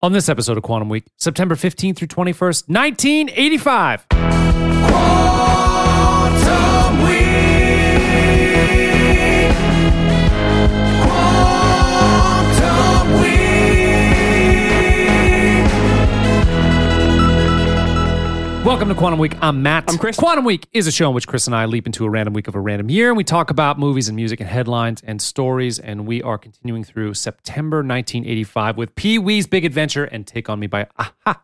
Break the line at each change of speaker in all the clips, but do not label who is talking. on this episode of Quantum Week, September 15th through 21st, 1985.
Quantum Week. Quantum Week.
Welcome to Quantum Week. I'm Matt.
I'm Chris.
Quantum Week is a show in which Chris and I leap into a random week of a random year and we talk about movies and music and headlines and stories. And we are continuing through September 1985 with Pee Wee's Big Adventure and Take On Me by Aha.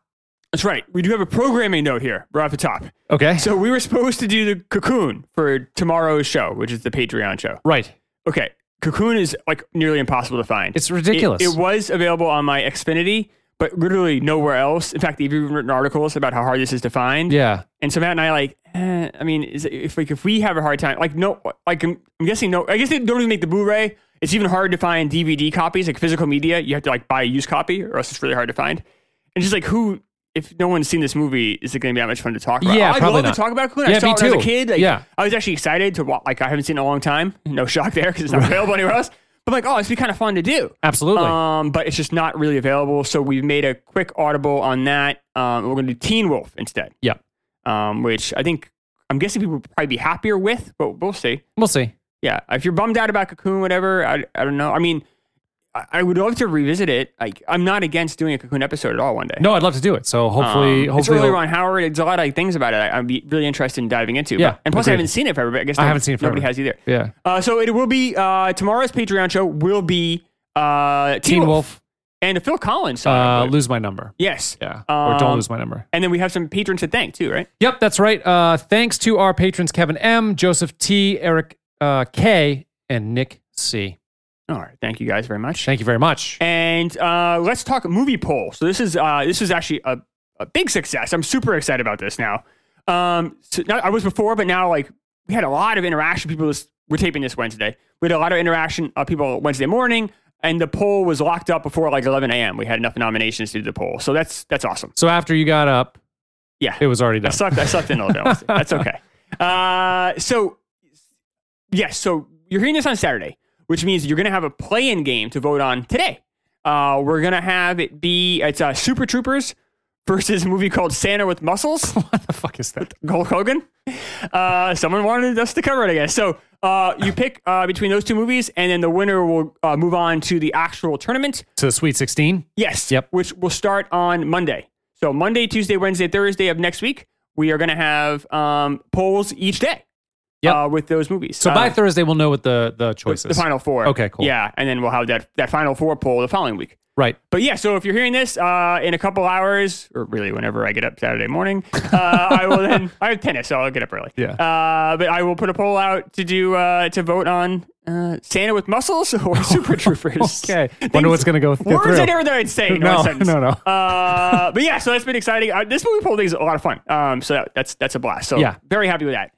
That's right. We do have a programming note here right off the top.
Okay.
So we were supposed to do the cocoon for tomorrow's show, which is the Patreon show.
right.
Okay. Cocoon is like nearly impossible to find.
It's ridiculous.
It, it was available on my Xfinity, but literally nowhere else. In fact, they've even written articles about how hard this is to find.
Yeah.
And so Matt and I like, eh, I mean, is, if like if we have a hard time, like no, like I'm, I'm guessing no, I guess they don't even make the Blu-ray. It's even hard to find DVD copies, like physical media. You have to like buy a used copy, or else it's really hard to find. And just like who, if no one's seen this movie, is it going to be that much fun to talk about?
Yeah,
I
probably
love
not.
to talk about Clue.
Yeah,
I saw
me
it when I
too.
was a kid. Like,
Yeah.
I was actually excited to watch. Like I haven't seen it in a long time. No shock there because it's not available anywhere else. But like, oh, it's be kind of fun to do.
Absolutely.
Um, but it's just not really available. So we've made a quick audible on that. Um, we're going to do Teen Wolf instead
yeah.
um, which I think I'm guessing people would probably be happier with, but we'll see.
We'll see.
Yeah, if you're bummed out about Cocoon, whatever, I, I don't know. I mean, I, I would love to revisit it. Like, I'm not against doing a Cocoon episode at all one day.
No, I'd love to do it. So hopefully,
Um, it's
hopefully,
really
it'll-
Ron Howard. There's a lot of like, things about it I, I'd be really interested in diving into.
Yeah,
but, and plus I
agreed.
haven't seen it forever. But I guess
I
no-
haven't seen it
Nobody
forever.
has either.
yeah.
Uh, so it will be uh, tomorrow's Patreon show will be uh, Teen,
Teen
Wolf.
Wolf,
and a Phil Collins song. I
uh,
believe.
lose my number.
yes.
Yeah. or
Um,
don't lose my number.
And then we have some patrons to thank too, right?
Yep, that's right. Uh, thanks to our patrons Kevin M, Joseph T, Eric uh, K, and Nick C.
All right. Thank you guys very much.
Thank you very much.
And uh, let's talk movie poll. So this is uh, this was actually a, a big success. I'm super excited about this now. Um, so not, I was before, but now like we had a lot of interaction. People this, we're taping this Wednesday. We had a lot of interaction. Uh, people Wednesday morning, and the poll was locked up before like 11 a.m. We had enough nominations to do the poll, so that's that's awesome.
So after you got up,
Yeah.
it was already
I
done.
slept. I slept in all day. honestly. That's okay. Uh, so, yes. So you're hearing this on Saturday, which means you're going to have a play-in game to vote on today. Uh, we're going to have it be it's uh, Super Troopers versus a movie called Santa with Muscles.
What the fuck is that?
Hulk Hogan. Uh, someone wanted us to cover it, I guess. So uh, you pick uh, between those two movies, and then the winner will uh, move on to the actual tournament.
To the Sweet 16?
Yes.
Yep.
Which will start on Monday. So Monday, Tuesday, Wednesday, Thursday of next week, we are going to have um, polls each day.
Yep.
Uh, with those movies.
So
Uh,
by Thursday, we'll know what the, the
the-
choices.
the final four.
Okay, cool.
Yeah, Uh, and then we'll have that that final four poll the following week.
Right.
But yeah, so if you're hearing this uh, in a couple hours, or really whenever I get up Saturday morning, uh, I will then I have tennis, so I'll get up early.
Yeah.
Uh, but I will put a poll out to do uh, to vote on uh, Santa with muscles or Super Troopers.
Okay. Wonder what's gonna go th-
Words
through.
I never thought I'd say. In
No,
one sentence.
no, no.
Uh, but yeah, so that's been exciting. Uh, this movie poll thing is a lot of fun. Um, so that, that's that's a blast. So
Yeah.
very happy with that.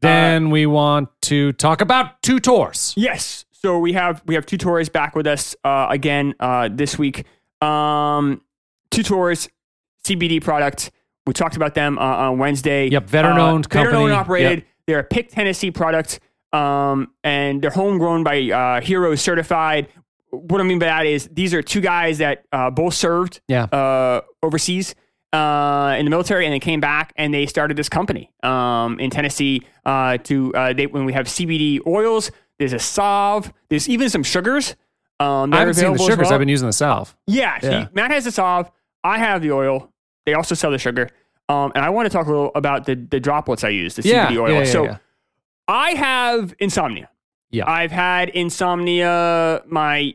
Then we want to talk about two tours.
Yes. So we have we have two Tories back with us uh, again uh, this week. Um, two Tories, CBD product. We talked about them uh, on Wednesday.
Yep, veteran-owned
uh, veteran-owned
company.
operated.
Yep.
They're a Pick Tennessee product, um, and they're homegrown by uh, Heroes Certified. What I mean by that is these are two guys that uh, both served
Yeah.
uh, overseas uh, in the military, and they came back and they started this company um, in Tennessee. Uh, to uh, they, when we have CBD oils, there's a salve, there's even some sugars. Um, that
I
are
haven't seen the
available as
sugars.
well.
I've been using the salve.
yeah,
Yeah.
He, Matt has the salve. I have the oil. They also sell the sugar. Um, and I want to talk a little about the, the droplets I use, the
Yeah.
CBD oil.
yeah, yeah,
so
yeah.
I have insomnia.
Yeah.
I've had insomnia my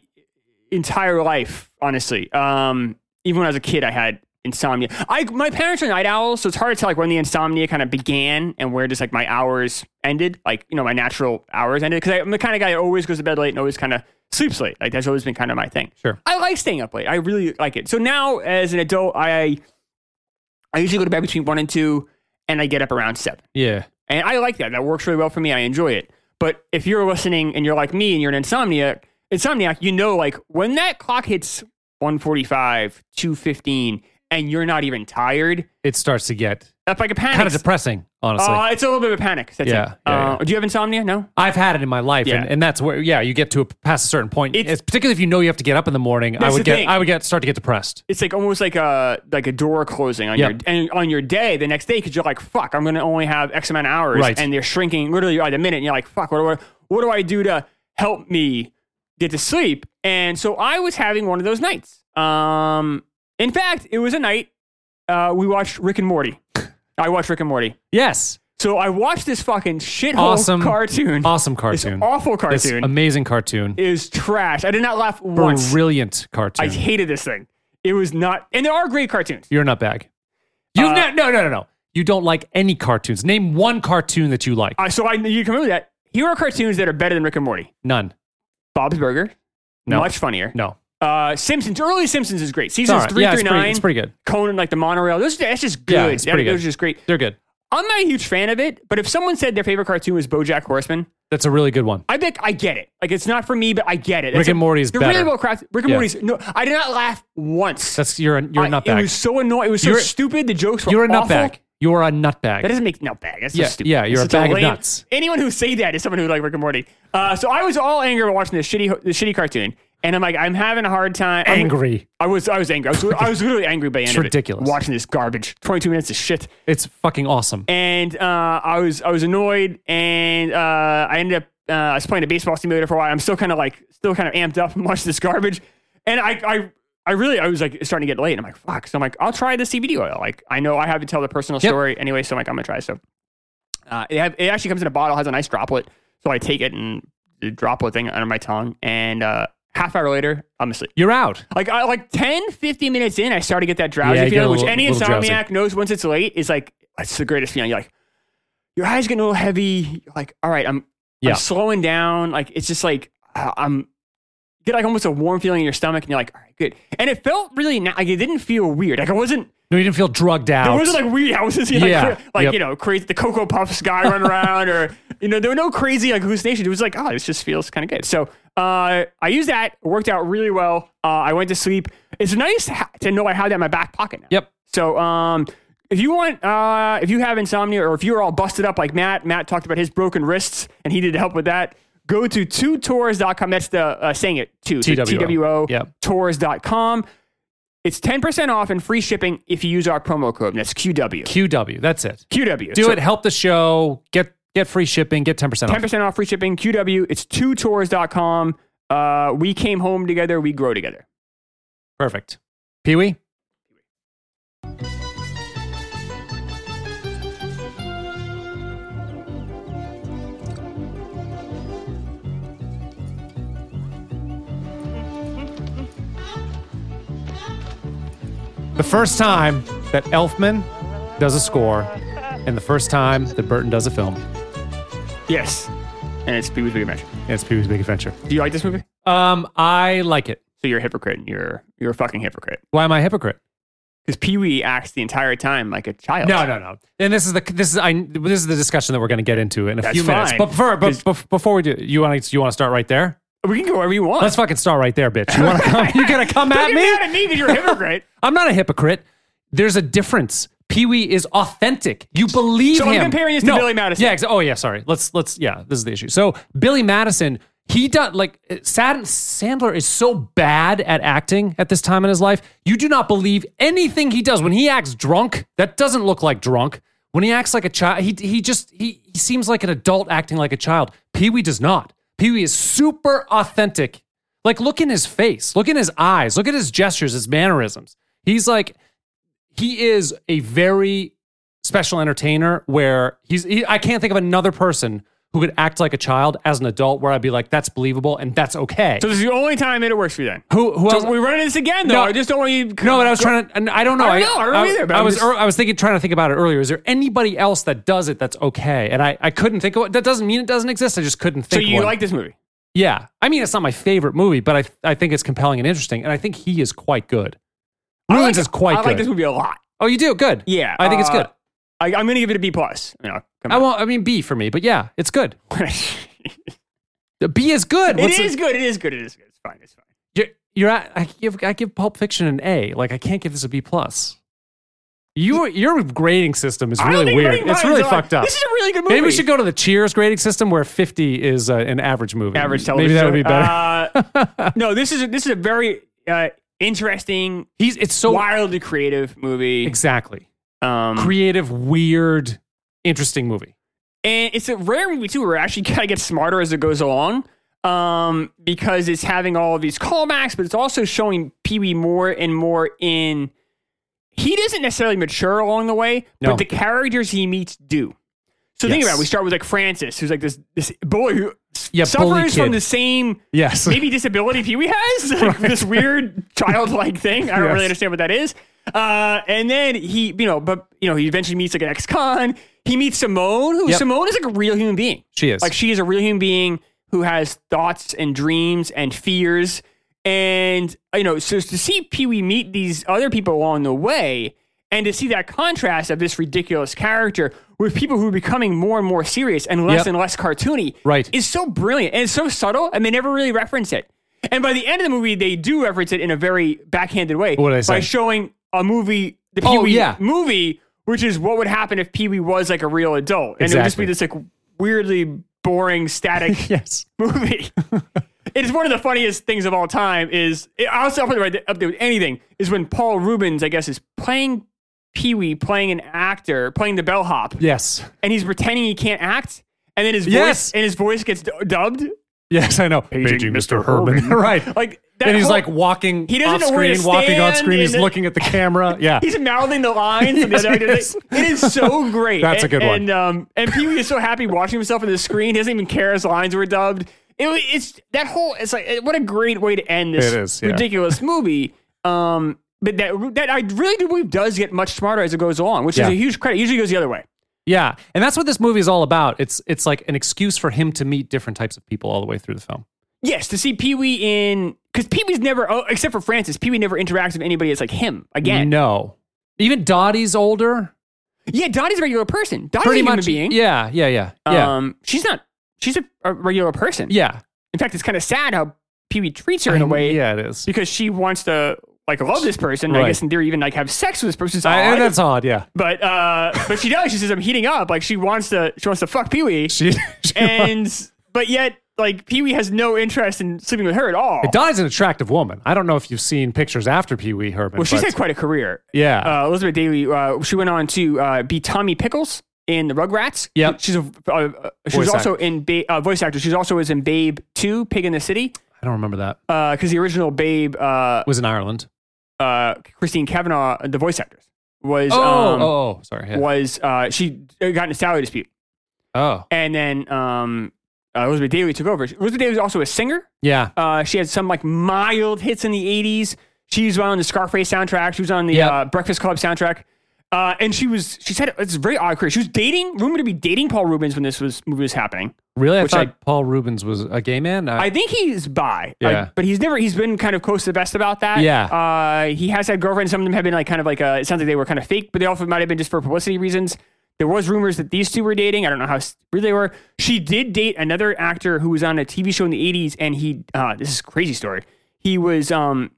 entire life, honestly. Um, even when I was a kid, I had insomnia. I my parents are night owls, so it's hard to tell like when the insomnia kind of began and where just like my hours ended, like you know my natural hours ended. Because I'm the kind of guy that always goes to bed late and always kind of sleeps late. Like that's always been kind of my thing.
Sure.
I like staying up late. I really like it. So now as an adult, I I usually go to bed between one and two, and I get up around seven.
Yeah.
And I like that. That works really well for me. I enjoy it. But if you're listening and you're like me and you're an insomniac, insomniac, you know like when that clock hits 145, 215, and you're not even tired,
It starts to get
that's like a panic.
kind of depressing, honestly.
uh, it's a little bit of a panic. That's
Yeah,
it.
yeah,
uh, Do you have insomnia? No.
I've had it in my life, and,
Yeah.
and that's where yeah, you get to a, past a certain point.
It's-
It's, particularly if you know you have to get up in the morning. I
That's the
would get
thing.
I would get start to get depressed.
It's like almost like a like a door closing on
Yep.
your and on your day the next day because you're like fuck I'm gonna only have X amount of hours
Right.
and they're shrinking literally by the minute and you're like fuck what do I what do I do to help me get to sleep and so I was having one of those nights. Um, in fact, it was a night uh, we watched Rick and Morty. I watched Rick and Morty.
Yes,
So I watched this fucking shithole
Awesome.
cartoon.
awesome
This
cartoon,
awful
This
cartoon.
amazing cartoon,
It was trash. I did not laugh once.
brilliant
I
cartoon.
hated this thing. It was not, and there are great cartoons.
You're not bag. You
Uh,
no no no no no. You don't like any cartoons. Name one cartoon that you like.
Uh, so I, you can remember that. Here are cartoons that are better than Rick and Morty.
None.
Bob's Burger,
No.
much funnier.
No.
Uh, Simpsons, early Simpsons is great.
It's all
Seasons
right.
three
yeah, it's
through
pretty,
nine,
it's pretty good.
Conan like the monorail. Those, that's just good.
Yeah, it's pretty
That- Those
good.
are just great.
They're good.
I'm not a huge fan of it, but if someone said their favorite cartoon was BoJack Horseman,
That's a really good one.
I bet I get it. Like it's not for me, but I get it.
Rick and Morty is
they're
better.
really well crafted. Rick and
Yeah.
Morty's no, I did not laugh once.
That's you're a, you're a
I-
nutbag.
It was so annoying. It was so
You're-
stupid. The jokes were
you're a
awful.
nutbag. You're a nutbag.
That doesn't make no bag. That's so
Yeah,
stupid.
yeah, you're
That's
a
such
bag of
lame-
nuts.
Anyone who say that is someone who like Rick and Morty. Uh, so I was all angry about watching this shitty, this shitty cartoon, and I'm like, I'm having a hard time. I'm-
Angry.
I was, I was angry. I was, I was literally angry by the end of it.
ridiculous.
Watching this garbage, 22 minutes of shit,
It's fucking awesome.
and uh, I was, I was annoyed, and uh, I ended up, uh, I was playing a baseball simulator for a while. I'm still kind of like, still kind of amped up and watching this garbage, and I, I. I really, I was like it's starting to get late. And I'm like, fuck. So I'm like, I'll try the CBD oil. Like, I know I have to tell the personal
Yep.
story anyway. So I'm like, I'm gonna try. So uh, it, have, it actually comes in a bottle, has a nice droplet. So I take it and the droplet thing under my tongue. And uh, half hour later, I'm asleep.
You're out.
Like I, like 10, 15 minutes in, I start to get that drowsy
Yeah, you get
feeling,
a
which
little-
any
little drowsy.
insomniac knows once it's late is like, it's the greatest feeling. You're like, your eyes get a little heavy. You're like, all right, I'm,
Yeah.
I'm slowing down. Like, it's just like, uh, I'm, you get like almost a warm feeling in your stomach. And you're like, all right, good. And it felt really, na- like it didn't feel weird. Like I wasn't,
No, you didn't feel drugged out.
there wasn't like weird houses, you know,
Yeah,
like, cra- like
yep.
you know, crazy the Cocoa Puffs guy running around, or you know, there were no crazy like hallucinations. It was like, oh, this just feels kind of good. So uh, I used that, It worked out really well. Uh, I went to sleep. It's nice ha- to know I have that in my back pocket now.
Yep.
So um, if you want, uh, if you have insomnia, or if you are all busted up like Matt, Matt talked about his broken wrists, and he did help with that. Go to twotours.com. That's the uh, saying it too. So
TWO.
TWO
Yep.
tours.com. It's 10% off and free shipping if you use our promo code. and That's QW.
QW. That's it.
QW.
Do
So
it. Help the show. Get get free shipping. Get ten percent off.
10% off free shipping. QW. It's 2tours.com. Uh, we came home together. We grow together.
Perfect. Pee Wee. The first time that Elfman does a score, and the first time that Burton does a film,
Yes. And it's Pee Wee's Big Adventure.
it's Pee Wee's Big Adventure.
Do you like this movie?
Um, I like it.
So you're a hypocrite. And you're, you're a fucking hypocrite.
Why am I a hypocrite?
Because Pee Wee acts the entire time like a child.
No, no, no. And this is the this is I this is the discussion that we're going to get into in a
That's
few minutes.
fine.
But, for, but,
'Cause-
bef- before we do, you want to you want to start right there?
We can go wherever you want.
Let's fucking start right there, bitch. You want to come? You gonna come
Don't
at
get
me?
mad at me because you're a hypocrite.
I'm not a hypocrite. There's a difference. Pee Wee is authentic. You believe
So I'm
him.
comparing this to Billy Madison.
Yeah. Exa- oh yeah. Sorry. Let's let's yeah. This is the issue. So Billy Madison, he does like uh, Sad- Sandler is so bad at acting at this time in his life. You do not believe anything he does when he acts drunk. That doesn't look like drunk. When he acts like a child, he he just he, he seems like an adult acting like a child. Pee Wee does not. Pee Wee is super authentic like, look in his face, look in his eyes, look at his gestures, his mannerisms. He's like, he is a very special entertainer where he's, he, I can't think of another person who could act like a child as an adult where I'd be like, that's believable and that's okay.
So this is the only time that it works for you then.
who, who else?
So we run into this again, though.
No.
I just don't want you.
no, but I was trying to, and I don't know.
I don't know, I don't either, but
I
I'm
was,
just-
er- I was thinking, trying to think about it earlier. Is there anybody else that does it that's okay? And I, I couldn't think of it. That doesn't mean it doesn't exist. I just couldn't
So
think.
you
one.
like this movie?
Yeah. I mean, it's not my favorite movie, but I, I think it's compelling and interesting. And I think he is quite good. Ruins
I like,
is quite
I
good.
like this movie a lot.
oh, you do? Good.
Yeah,
I think it's
uh,
good.
I, I'm going to give it a B plus. You know, come
I
on.
won't, I mean, B for me, but yeah, it's good.
it
The B is good. the-
is good. It is good. It is good. It's fine. It's fine.
You're, you're at, I give, I give Pulp Fiction an A. Like, I can't give this a B plus. Your your grading system is
I don't
really
think
weird.
rating
It's
mine's
really
like-
fucked up.
This is a really good movie.
Maybe we should go to the Cheers grading system where 50 is uh, an average movie.
average television.
Maybe that would be better.
better. Uh, no, this is a, this is a very uh, interesting,
He's it's so
wildly creative movie.
exactly
Um,
creative, weird, interesting movie.
and it's a rare movie too where it actually kind of gets smarter as it goes along um, because it's having all of these callbacks but it's also showing pee-wee more and more in he doesn't necessarily mature along the way
No.
but the characters he meets do so think
Yes.
about it we start with like francis who's like this this boy who s-
Yeah, bully
suffers
kid.
from the same
Yes.
maybe disability pee-wee has like this weird childlike thing i don't
Yes.
really understand what that is uh, and then he you know but you know he eventually meets like an ex-con he meets simone who
Yep.
simone is like a real human being
She is.
like she is a real human being who has thoughts and dreams and fears and you know so to see pee-wee meet these other people along the way and to see that contrast of this ridiculous character with people who are becoming more and more serious and less
Yep.
and less cartoony
Right.
is so brilliant and it's so subtle and they never really reference it and by the end of the movie they do reference it in a very backhanded way
What did I
by
say?
showing a movie the
Oh,
pee-wee
yeah.
movie which is what would happen if pee-wee was like a real adult and it would just
Exactly.
be this like weirdly boring static
yes.
movie. it is one of the funniest things of all time. Is I'll still put it right up there with anything. Is when Paul Rubens, I guess, is playing Pee Wee, playing an actor, playing the bellhop,
Yes.
and he's pretending he can't act, and then his voice
Yes.
and his voice gets du- dubbed.
Yes, I know. Paging Mr. Herman. right.
Like that
and he's
whole-
like walking
He doesn't
off
know where to
screen, walking on
stand,
screen. He's
and-
looking at the camera. Yeah.
He's mouthing the lines. and the
Yes,
other
he is.
It is so great.
That's a
and,
good one.
And um, and Pee Wee is so happy watching himself on the screen. He doesn't even care his lines were dubbed. It, wa- it's that whole. It's like what a great way to end this
It is, yeah.
ridiculous movie. Um, but that that I really do believe does get much smarter as it goes along, which
Yeah.
is a huge credit. Usually goes the other way.
yeah. And that's what this movie is all about. It's it's like an excuse for him to meet different types of people all the way through the film.
Yes, to see Pee Wee in because Pee Wee's never oh, except for Francis. Pee Wee never interacts with anybody that's like him again.
No. Even Dottie's older.
Yeah, Dottie's a regular person. Dottie's
Pretty
a human
much.
being.
Yeah, yeah, yeah. Yeah.
Um, she's not. She's a, a regular person.
yeah.
In fact, it's kind of sad how Pee Wee treats her in a way
Yeah, it is.
because she wants to like love this person. and
Right.
I guess in theory, even like have sex with this person. It's
I-
odd.
and that's odd, yeah.
but uh, but she does. She says, "I'm heating up." Like she wants to. She wants to fuck Pee Wee.
She, she
And but yet, like Pee Wee has no interest in sleeping with her at all.
Dottie's an attractive woman. I don't know if you've seen pictures after Pee Wee Herman.
Well, she's
but-
had quite a career.
yeah,
Uh, Elizabeth Daly. Uh, she went on to uh, be Tommy Pickles in the Rugrats.
Yep.
She's a. Uh, uh, she was
Voice
also in ba- uh, voice actor. She's also was in Babe Two, Pig in the City.
I don't remember that.
Because the original Babe. Uh,
was in Ireland.
uh, Christine Kavanaugh, uh, the voice actress, was
Oh,
um,
oh, oh, sorry. yeah.
was uh, she got in a salary dispute,
Oh,
and then um, uh, Elizabeth Daly took over. Elizabeth Daly was also a singer.
yeah.
Uh, she had some like mild hits in the '80s. She was on the Scarface soundtrack. She was on the
Yep.
uh, Breakfast Club soundtrack. Uh, and she was, she said, it's a very odd career. She was dating, rumored to be dating Paul Rubens when this was movie was happening.
Really? I
which
thought
I-
Paul Rubens was a gay man. Uh, I,
I think he's bi. I-
Yeah.
but he's never he's been kind of close to the best about that.
Yeah.
Uh he has had girlfriends. Some of them have been like kind of like uh it sounds like they were kind of fake, but they also might have been just for publicity reasons. There was rumors that these two were dating. I don't know how s- real they were. She did date another actor who was on a TV show in the 80s and he uh this is a crazy story. He was um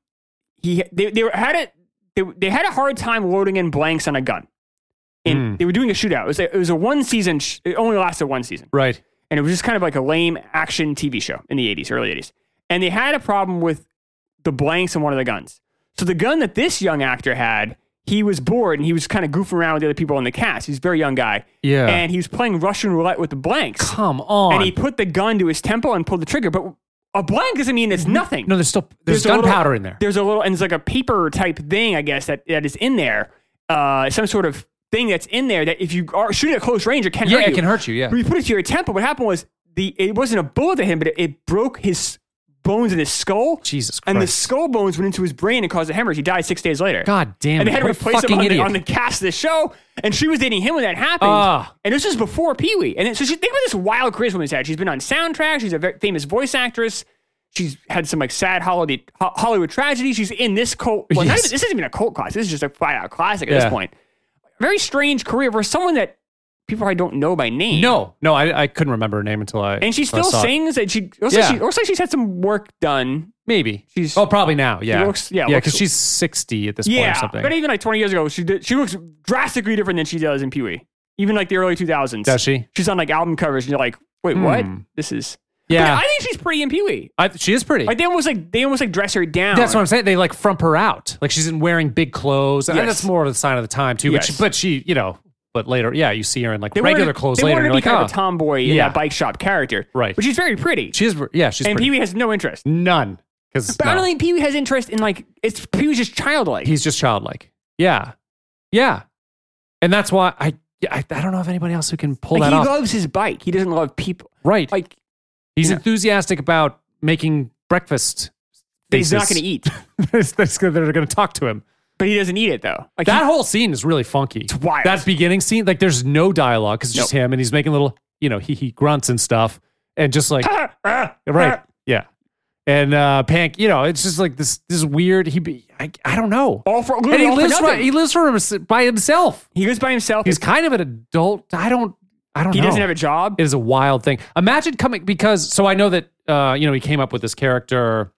he they they were, had a they, they had a hard time loading in blanks on a gun. And
Hmm.
they were doing a shootout. It was a, it was a one season sh- it only lasted one season
right.
and it was just kind of like a lame action TV show in the 80s, early 80s. And they had a problem with the blanks on one of the guns. So the gun that this young actor had, he was bored and he was kind of goofing around with the other people in the cast. He's a very young guy.
Yeah.
And he was playing Russian roulette with the blanks.
Come on.
And he put the gun to his temple and pulled the trigger. But a blank doesn't mean it's nothing.
Mm-hmm. no, there's still there's,
a little-
gunpowder in there.
There's a little, and it's like a paper type thing, I guess, that, that is in there. Uh, some sort of thing that's in there that if you are shooting at close range, it can
Yeah,
hurt you.
it can hurt you. Yeah.
When you put it to your temple, what happened was the it wasn't a bullet that hit him, but it, it broke his bones in his skull.
Jesus Christ.
And the skull bones went into his brain and caused a hemorrhage. He died six days later.
God damn
And
it.
they had to
What a
replace him
fucking
on the,
idiot.
on the cast of the show. And she was dating him when that happened.
Ah.
And this was before Pee Wee. And then, so she, think about this wild career this woman's had. She's been on soundtracks. She's a very famous voice actress. She's had some like sad holiday, ho- Hollywood tragedy. She's in this cult. Well, not
Yes.
even, this isn't even a cult classic. This is just a flat out classic at
Yeah.
this point. Very strange career for someone that people I don't know by name.
No, no, I, I couldn't remember her name until I.
And she
until I
still
saw it.
sings and she looks,
Yeah.
like she looks like she's had some work done.
Maybe.
She's-
oh, probably now. Yeah.
looks- yeah,
Yeah,
looks-
because she's 60 at this point
Yeah.
or something.
But even like 20 years ago, she did, she looks drastically different than she does in Pee Wee. Even like the early 2000s.
Does she? Hmm.
She's on like album covers and you're like, wait, what? This is. But
Yeah.
I think she's pretty in Pee Wee.
I, she is pretty.
Like they almost like they almost like dress her down.
that's what I'm saying. They like frump her out. Like she's in wearing big clothes. And
Yes.
that's more of a sign of the time, too. But,
Yes.
she, but she, you know, but later, yeah, you see her in like
they
regular
wanted,
clothes
they
later.
wanted
And
to
you're
be
like,
kind
oh,
of a tomboy in
Yeah.
that bike shop character,
Right.
But she's very pretty,
she is, yeah, she's
and
pretty.
Pee Wee has no interest.
None. Because
But I don't think Pee Wee has interest in like it's Pee Wee's just childlike.
he's just childlike. Yeah. Yeah. And that's why I, yeah, I, I don't know if anybody else who can pull
like,
that
he
off.
loves his bike. He doesn't love people.
right.
Like
he's
yeah.
enthusiastic about making breakfast.
he's not
faces.
going to eat,
That's- that's good. They're going to talk to him.
but he doesn't eat it though. Like
That whole scene is really funky. It's
wild.
That beginning scene, like there's no dialogue because it's just him and he's making little, you know, he he grunts and stuff, and just like
Ah,
right, yeah, and uh, Pank, you know, it's just like this this weird. He, be- I, I don't know.
all for
and he
all for
lives
nothing.
right, he lives for him, by himself.
He lives by himself.
He's kind of an adult. I don't. I don't.
he
know.
doesn't have a job.
It is a wild thing. Imagine coming because so I know that uh, you know he came up with this character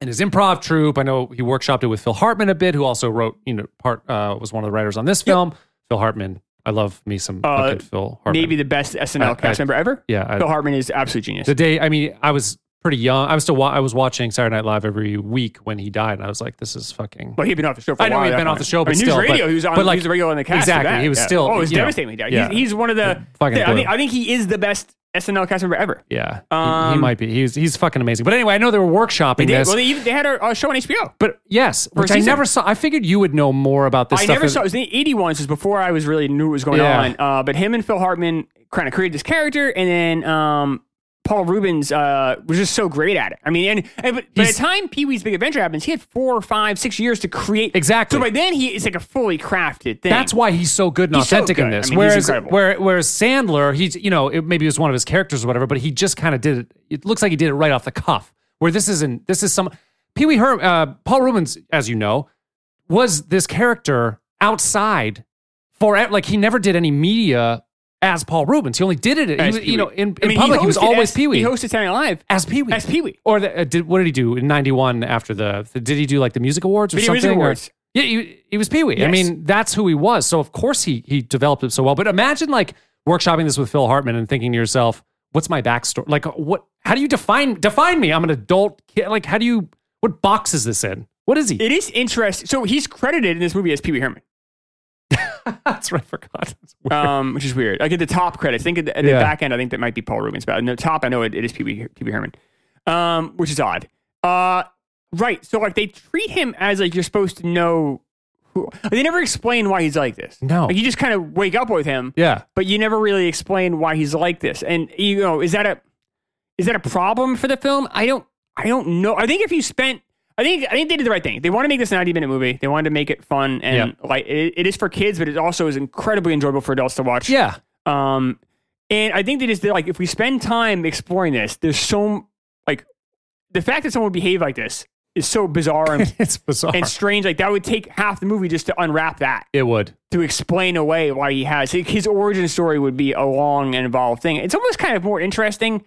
in his improv troupe. I know he workshopped it with Phil Hartman a bit, who also wrote you know part uh, was one of the writers on this film. Phil Hartman, I love me some
Uh,
fucking Phil Hartman.
Maybe the best SNL
I-
cast
I-
member ever.
yeah. I-
Bill Hartman is absolute genius.
the day I mean I was pretty young. I was still wa- I was watching Saturday Night Live every week when he died, and I was like, this is fucking.
Well, he'd been off the show for
I
a
know
while.
he'd
at that
been off
point.
the show,
I
but
mean,
still,
News
but-
Radio, he was on,
but, like,
he was a regular on the cast. for
exactly,
that,
he was
yeah.
still-
Oh, it was
you know,
devastating. when he died.
yeah.
He's, he's one of the.
Fucking
I, think,
blew.
I think he is the best SNL cast member ever.
yeah, he, he
Um,
might be. He's he's fucking amazing. But anyway, I know they were workshopping
They,
this.
well, they, even, they had a, a show on HBO.
but yes, which I
season.
never saw. I figured you would know more about this
I
stuff.
never
than-
saw it. was in the 81, so it was before I was really knew what was going
Yeah.
on. Uh, but him and Phil Hartman kind of created this character, and then um, Paul Rubens uh, was just so great at it. I mean, and, and but by the
He's-
time Pee Wee's Big Adventure happens, he had four, five, six years to create.
Exactly.
So by then, he is like a fully crafted thing.
That's why he's so good and
He's so
authentic in
good. I
this.
mean, he's
whereas,
incredible.
where, whereas Sandler, he's you know it, maybe it was one of his characters or whatever, but he just kind of did it. It looks like he did it right off the cuff. Where this isn't. This is some Pee Wee Herman. Uh, Paul Rubens, as you know, was this character outside for e, like he never did any media as Paul Rubens. He only did it. He
As
was,
Pee Wee.
you know, in, in
I mean,
public, he was
hosted
always
as-
Pee Wee
He hosted Saturday Night Live
as Pee Wee.
as Pee Wee.
or the, uh, did, what did he do in 91 after the, the- did he do like the music awards or
Video
something
Music
or-
Awards.
yeah he, he was pee-wee i
Yes.
mean that's who he was so of course he he developed it so well but imagine like workshopping this with phil hartman and thinking to yourself what's my backstory like uh, what how do you define define me i'm an adult kid like how do you what box is this in what is he
It is interesting. So he's credited in this movie as Pee Wee Herman,
that's right i forgot That's weird.
um, which is weird. Like at the top credits, I think at the, at the
Yeah.
back end, I think that might be Paul Rubens, but in the top, I know it, it is Pee Wee Pee Wee Herman, um, which is odd. Uh, right. So like they treat him as like you're supposed to know. Who, they never explain why he's like this.
No.
like you just kind of wake up with him,
yeah
but you never really explain why he's like this. And you know, is that a is that a problem for the film? I don't I don't know. I think if you spent I think I think they did the right thing. They want to make this a 90 minute movie. They wanted to make it fun and like it, it is for kids, but it also is incredibly enjoyable for adults to watch.
yeah
Um and I think they just did like if we spend time exploring this, there's so like the fact that someone would behave like this is so bizarre and,
it's bizarre
and strange. Like that would take half the movie just to unwrap that
it would
to explain away why he has his origin story would be a long and involved thing. It's almost kind of more interesting.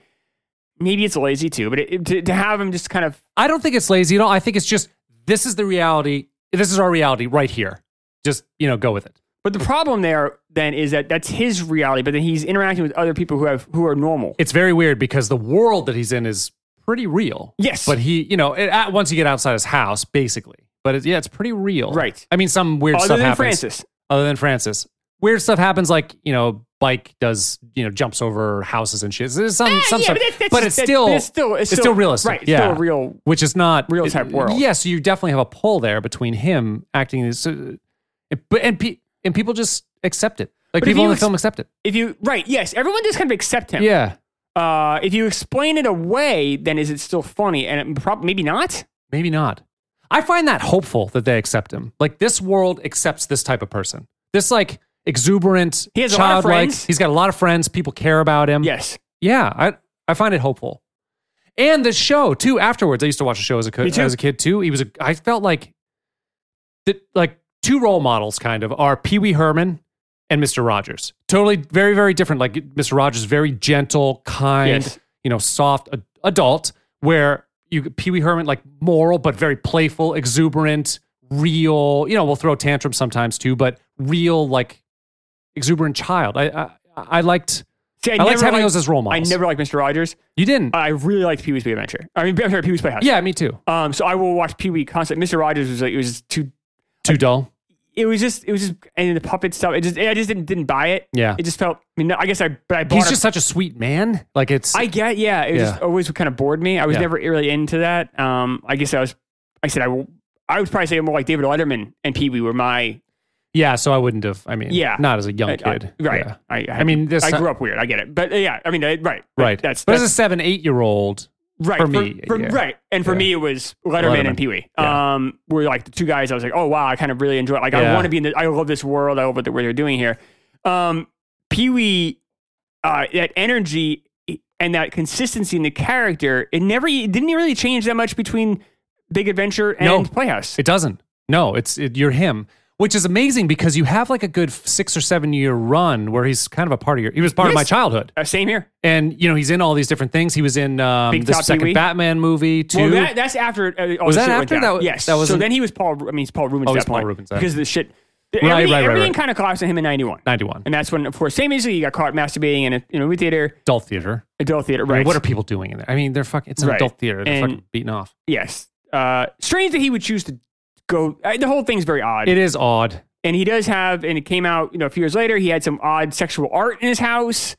Maybe it's lazy too, but it, to, to have him just kind of
I don't think it's lazy at all. I think it's just this is the reality. This is our reality right here. Just you know, go with it.
but the problem there then is that that's his reality, but then he's interacting with other people who have who are normal.
It's very weird because the world that he's in is pretty real.
Yes.
but he, you know, it, at, once you get outside his house, basically. But it, yeah, it's pretty real.
Right.
I mean, some weird
Other
stuff
than
happens.
Francis,
Other than Francis, weird stuff happens. Like you know, bike does you know jumps over houses and shit. There's some
Ah,
some
yeah,
stuff,
but, that's, that's
but
just-
it's
that-
still
but it's still it's,
still realistic,
right? It's
yeah.
still real.
which is not
Real type world.
Yeah, so you definitely have a pull there between him acting as, so- but and pe- and people just accept it. Like
But if
people in
you
the
ex-
film accept it.
If you right, yes, everyone just kind of accept him.
Yeah,
Uh, if you explain it away, then is it still funny? And it, prob- maybe not.
maybe not. I find that hopeful that they accept him. Like this world accepts this type of person. This like exuberant,
He has a lot of
childlike.
friends.
He's got a lot of friends. People care about him.
Yes.
yeah. I I find it hopeful. And the show too. Afterwards, I used to watch the show as a co-
Me too.
as a kid too. He was a. I felt like that like two role models kind of are Pee Wee Herman and Mr. Rogers. Totally, very, very different. Like Mr. Rogers, very gentle, kind,
Yes.
you know, soft a- adult. Where you Pee Wee Herman, like moral but very playful, exuberant, real. You know, will throw tantrums sometimes too, but real, like exuberant child. I I, I liked.
See, I,
I,
never
liked having
liked-
those as role
I
models.
never liked Mr. Rogers.
You didn't.
I really liked Pee Wee's Big Adventure. I mean, I'm sorry, Pee Wee's Playhouse.
yeah, me too.
Um, so I will watch Pee Wee constantly. Mr. Rogers was like, it was just too.
Too dull.
It was just, it was just, and the puppet stuff. It just, I just didn't, didn't buy it.
Yeah.
It just felt. I mean, no, I guess I, but I bought.
He's
a-
just such a sweet man. Like it's.
I get, yeah. It was
Yeah.
just always kind of bored me. I was
Yeah.
never really into that. Um, I guess I was. I said I. will- I would probably say more like David Letterman and Pee Wee were my
yeah, so I wouldn't have. I mean,
Yeah.
not as a young
I- I-
kid.
right.
Yeah.
I, I,
I mean, this-
I grew up weird. I get it, but uh, yeah, I mean, uh, right,
Right.
That's
but
that's
as a seven, eight year old,
right
for me,
for-
yeah.
right. And for
Yeah.
me, it was Letterman,
Letterman.
and Pee Wee.
Yeah.
Um, were like the two guys. I was like, oh wow, I kind of really enjoy. It. Like, I
Yeah.
want to be in. The, I love this world. I love what they're doing here. Um, Pee Wee, uh, that energy and that consistency in the character, it never it didn't really change that much between Big Adventure and
No.
Playhouse.
It doesn't. No, it's it, you're him, which is amazing because you have like a good six or seven year run where he's kind of a part of your. He was part of my
Yes.
childhood,
Uh, same here.
and you know he's in all these different things. He was in um,
Big
the
Top
second
Pee-wee.
Batman movie too.
Well, that, that's after. Uh, all
Was
this
that
shit went
after?
down.
That was-
yes.
that was
so
in-
then he was Paul. I mean, he's Paul Rubens.
Oh,
at
he's
that
Paul
point,
Rubens, that-
because of the shit.
right,
everything
right, right,
everything
right.
kind of collapsed on him in '91,
Ninety one
and that's when, of course, same easily you got caught masturbating in a in a movie theater,
adult theater.
adult theater.
I mean,
Right.
what are people doing in there? I mean, they're fucking. It's an
Right.
adult theater. They're
And-
fucking beaten off.
yes. Uh, strange that he would choose to go. Uh, the whole thing's very odd.
It is odd.
and he does have, and it came out, you know, a few years later. He had some odd sexual art in his house,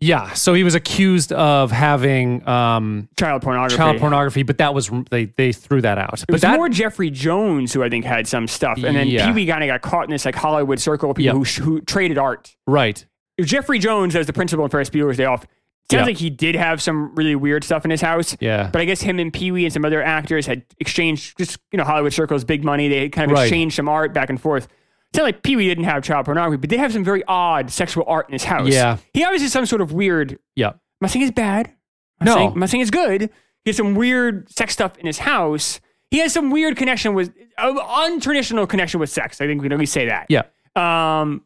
Yeah. So he was accused of having um,
child pornography.
child pornography, but that was they they threw that out.
It
but
was
that
more Jeffrey Jones who I think had some stuff, and then
Yeah.
Pee Wee kind of got caught in this like Hollywood circle of people
Yep.
who sh- who traded art.
right.
Jeffrey Jones as the principal in Ferris Bueller's Day Off. Sounds
Yeah.
like he did have some really weird stuff in his house.
Yeah.
But I guess him and Pee Wee and some other actors had exchanged just you know Hollywood circles, big money. They kind of
Right.
exchanged some art back and forth. It's not like Pee Wee didn't have child pornography, but did have some very odd sexual art in his house.
Yeah.
he obviously has some sort of weird. I'm
yeah.
not saying it's bad. I'm
No.
not saying, I'm not saying it's good. He has some weird sex stuff in his house. He has some weird connection with uh, untraditional connection with sex. I think we can at least say that
Yeah.
um,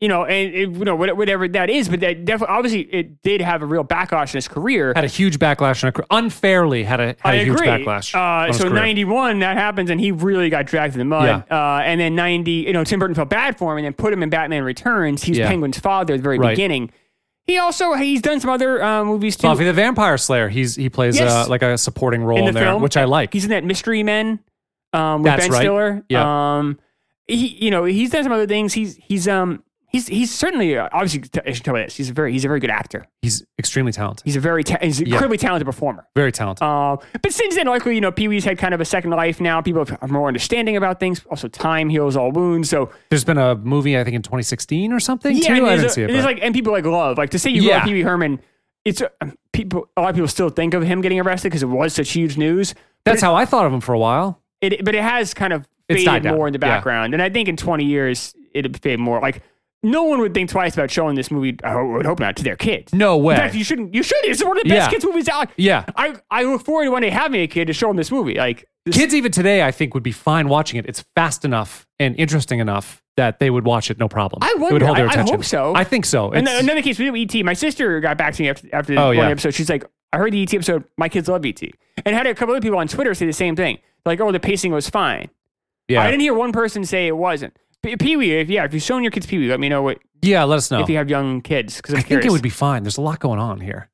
you know, and it, you know what- whatever that is, but that definitely, obviously, it did have a real backlash in his career.
Had a huge backlash and a, cr- unfairly had a, had
I
a huge
agree.
backlash. on
Uh,
his
so
career.
ninety one that happens, and he really got dragged in the mud. Uh, and then ninety, you know, Tim Burton felt bad for him, and then put him in Batman Returns. He's
Yeah.
Penguin's father at the very
Right.
beginning. He also he's done some other uh, movies too.
Buffy the Vampire Slayer. He's he plays
Yes.
uh, like a supporting role
in
in,
the
there,
film,
which I like.
He's in that Mystery Men um, with
That's
Ben
right.
Stiller.
Yeah.
Um, he, you know, he's done some other things. He's he's um he's he's certainly uh, obviously I should tell you this. He's a very he's a very good actor.
he's extremely talented,
He's a very ta- he's an
Yeah.
incredibly talented performer.
very talented.
Um, but since then, likely you know, Pee Wee's had kind of a second life now. People have- are more understanding about things. Also, time heals all wounds. So
There's been a movie I think in 2016 or something
yeah,
too.
and
I
there's,
didn't
a-
see it.
there's
but-
like and people like love like to say you
Yeah.
love Pee Wee Herman. It's uh, people. A lot of people still think of him getting arrested because it was such huge news.
That's how I thought of him for a while.
it, but it has kind of
It's died
faded
down.
more in the
Yeah.
background. And I think in 20 years, it'd fade more. Like, no one would think twice about showing this movie, I ho- would hope not, to their kids.
No way.
In fact, you shouldn't. You should. It's one of the best
Yeah.
kids' movies out.
Yeah.
I, I look forward to one day having a kid to show them this movie. Like, this,
Kids even today I think would be fine watching it. It's fast enough and interesting enough that they would watch it no problem.
I
It would
wonder.
hold their
I- I
attention.
hope so.
I think so.
and
It's-
another case, we did E.T. My sister got back to me after, after
Oh,
one
yeah.
episode. She's like, I heard the E.T. episode. My kids love E.T. And had a couple of people on Twitter say the same thing. Like, oh, the pacing was fine.
yeah.
I didn't hear one person say it wasn't. P- Pee Wee, if yeah, if you've shown your kids Pee Wee, let me know what
yeah. Let us know.
if you have young kids because
Oh.
I'm
I
curious.
think it would be fine. There's a lot going on here.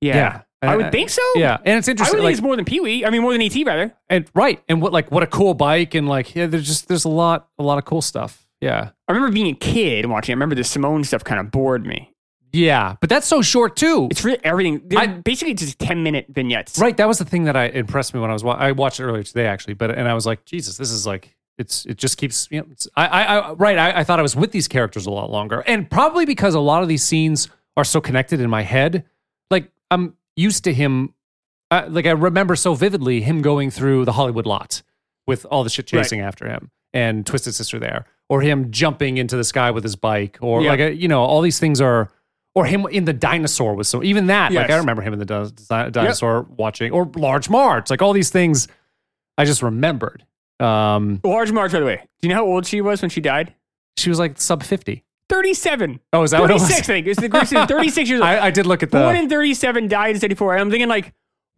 yeah. I would think so.
Uh, Yeah, and it's
I would
interesting.
think
like-
it's more than Pee Wee. I mean, more than ET rather.
and right and what like what a cool bike and like yeah there's just there's a lot a lot of cool stuff yeah
I remember being a kid and watching. I remember the Simone stuff kind of bored me.
yeah but that's so short too
It's really everything. They're
I-
basically just ten minute vignettes.
right that was the thing that i impressed me when i was wa- i watched it earlier today actually but and i was like jesus this is like it's it just keeps you know it's, I, I i right I, I thought i was with these characters a lot longer and probably because a lot of these scenes are so connected in my head like i'm used to him I, like i remember so vividly him going through the hollywood lot with all the shit
Right.
chasing after him and twisted sister there or him jumping into the sky with his bike or
Yeah.
like a, you know all these things are or him in the dinosaur was so even that like
Yes.
i remember him in the di- di- dinosaur watching or large march like all these things i just remembered um
Large Marge, by the way. Do you know how old she was when she died?
She was like sub 50.
37.
Oh, is that what it was?
36, I think. It's the Greeks is 36 years old.
I, uh, I did look at the.
Born in 37, died in 34. And I'm thinking, like,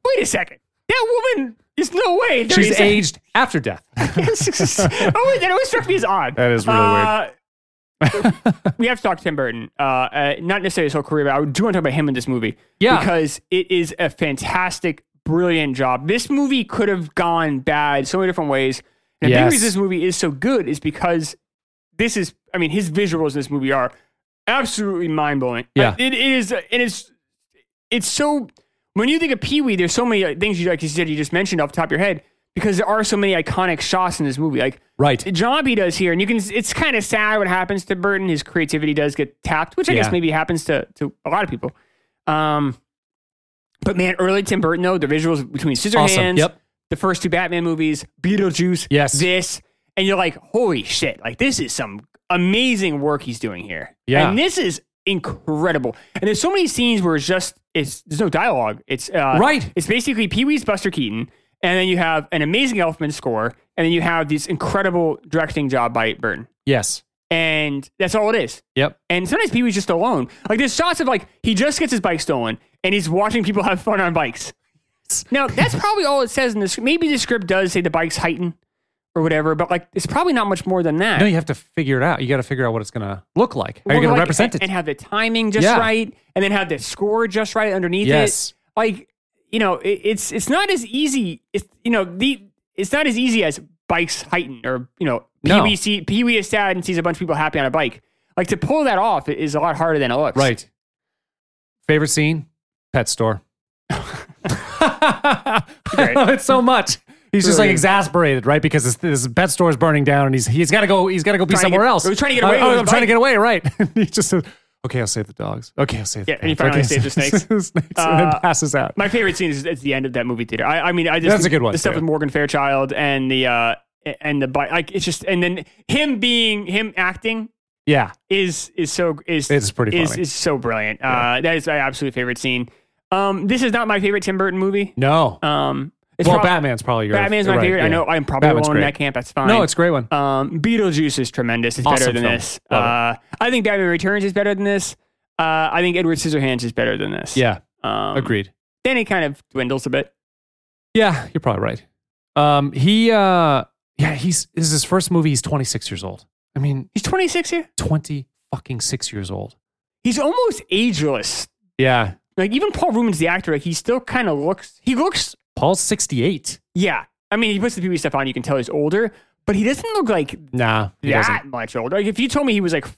wait a second. That woman is no way.
she's
37.
aged after death.
oh, that always struck me as odd.
That is really
weird. we have to talk to Tim Burton. Uh, uh, not necessarily his whole career, but I do want to talk about him in this movie.
Yeah.
Because it is a fantastic, brilliant job. This movie could have gone bad so many different ways. And the
Yes.
reason this movie is so good is because this is, I mean, his visuals in this movie are absolutely mind blowing.
Yeah.
it is, and it's, it's so. When you think of Pee Wee, there's so many like, things you like you said you just mentioned off the top of your head because there are so many iconic shots in this movie. Like
Right.
John B does here, and you can. It's kind of sad what happens to Burton. His creativity does get tapped, which I
Yeah.
guess maybe happens to to a lot of people. Um, but man, early Tim Burton though, the visuals between Scissorhands,
Awesome. Yep.
the first two Batman movies, Beetlejuice,
Yes.
this, and you're like, holy shit, like this is some amazing work he's doing here.
Yeah.
and this is incredible. And there's so many scenes where it's just it's there's no dialogue. It's uh,
Right.
It's basically Pee Wee's Buster Keaton, and then you have an amazing Elfman score, and then you have this incredible directing job by Burton,
Yes.
and that's all it is.
Yep.
And sometimes Pee Wee's just alone. Like there's shots of like he just gets his bike stolen and he's watching people have fun on bikes. Now that's probably all it says in this. Maybe the script does say the bike's heighten or whatever, but like it's probably not much more than that.
No, you have to figure it out. You got to figure out what it's going to look like. How are you
Well,
going
like,
to represent
and,
it?
and have the timing just
Yeah.
right, and then have the score just right underneath
Yes.
it. Like you know, it, it's it's not as easy. It's you know the it's not as easy as bikes heighten or you know
No.
Pee Wee see Pee Wee is sad and sees a bunch of people happy on a bike. Like to pull that off is a lot harder than it looks.
Right. Favorite scene? Pet store. I love it so much. He's just like
Brilliant.
exasperated, right? Because this, this pet store is burning down, and he's he's got to go. He's got to go be
Trying to
somewhere
get-
else.
he was trying to get away
Oh,
with his
I'm trying to
bike.
get away, right? he just says, "Okay, I'll save the dogs. Okay, I'll save
Yeah,
the
and he
cats.
finally
okay, I'll
saved the
save snakes, and
Uh,
then passes out.
My favorite scene is at the end of that movie theater. I, I mean, I just
That's
think
a good one,
The stuff
too.
with Morgan Fairchild and the uh and the bike, like it's just and then him being him acting
yeah,
is is so is
It's pretty
is,
funny.
is so brilliant. Uh, that is my absolute favorite scene. Um, this is not my favorite Tim Burton movie.
no.
Um, it's
well,
prob-
Batman's probably your
Batman's my
right,
favorite. I
yeah.
know I'm probably
Batman's
alone in
great.
that camp. That's fine.
No, it's a great one.
Um, Beetlejuice is tremendous. It's better
Awesome
than
film.
this.
Love it.
Uh, I think Batman Returns is better than this. Uh, I think Edward Scissorhands is better than this.
yeah,
um,
agreed.
Then it kind of dwindles a bit.
Yeah, you're probably right. Um, he, uh, yeah, he's this is his first movie. He's 26 years old. I mean,
He's 26 here.
20 fucking six years old.
He's almost ageless.
Yeah,
Like even Paul Rubens, the actor, like he still kind of looks. He looks.
Paul's 68.
Yeah, I mean, he puts the Pee Wee stuff on. You can tell he's older, but he doesn't look like
Nah, he doesn't.
that much older. Like if you told me he was like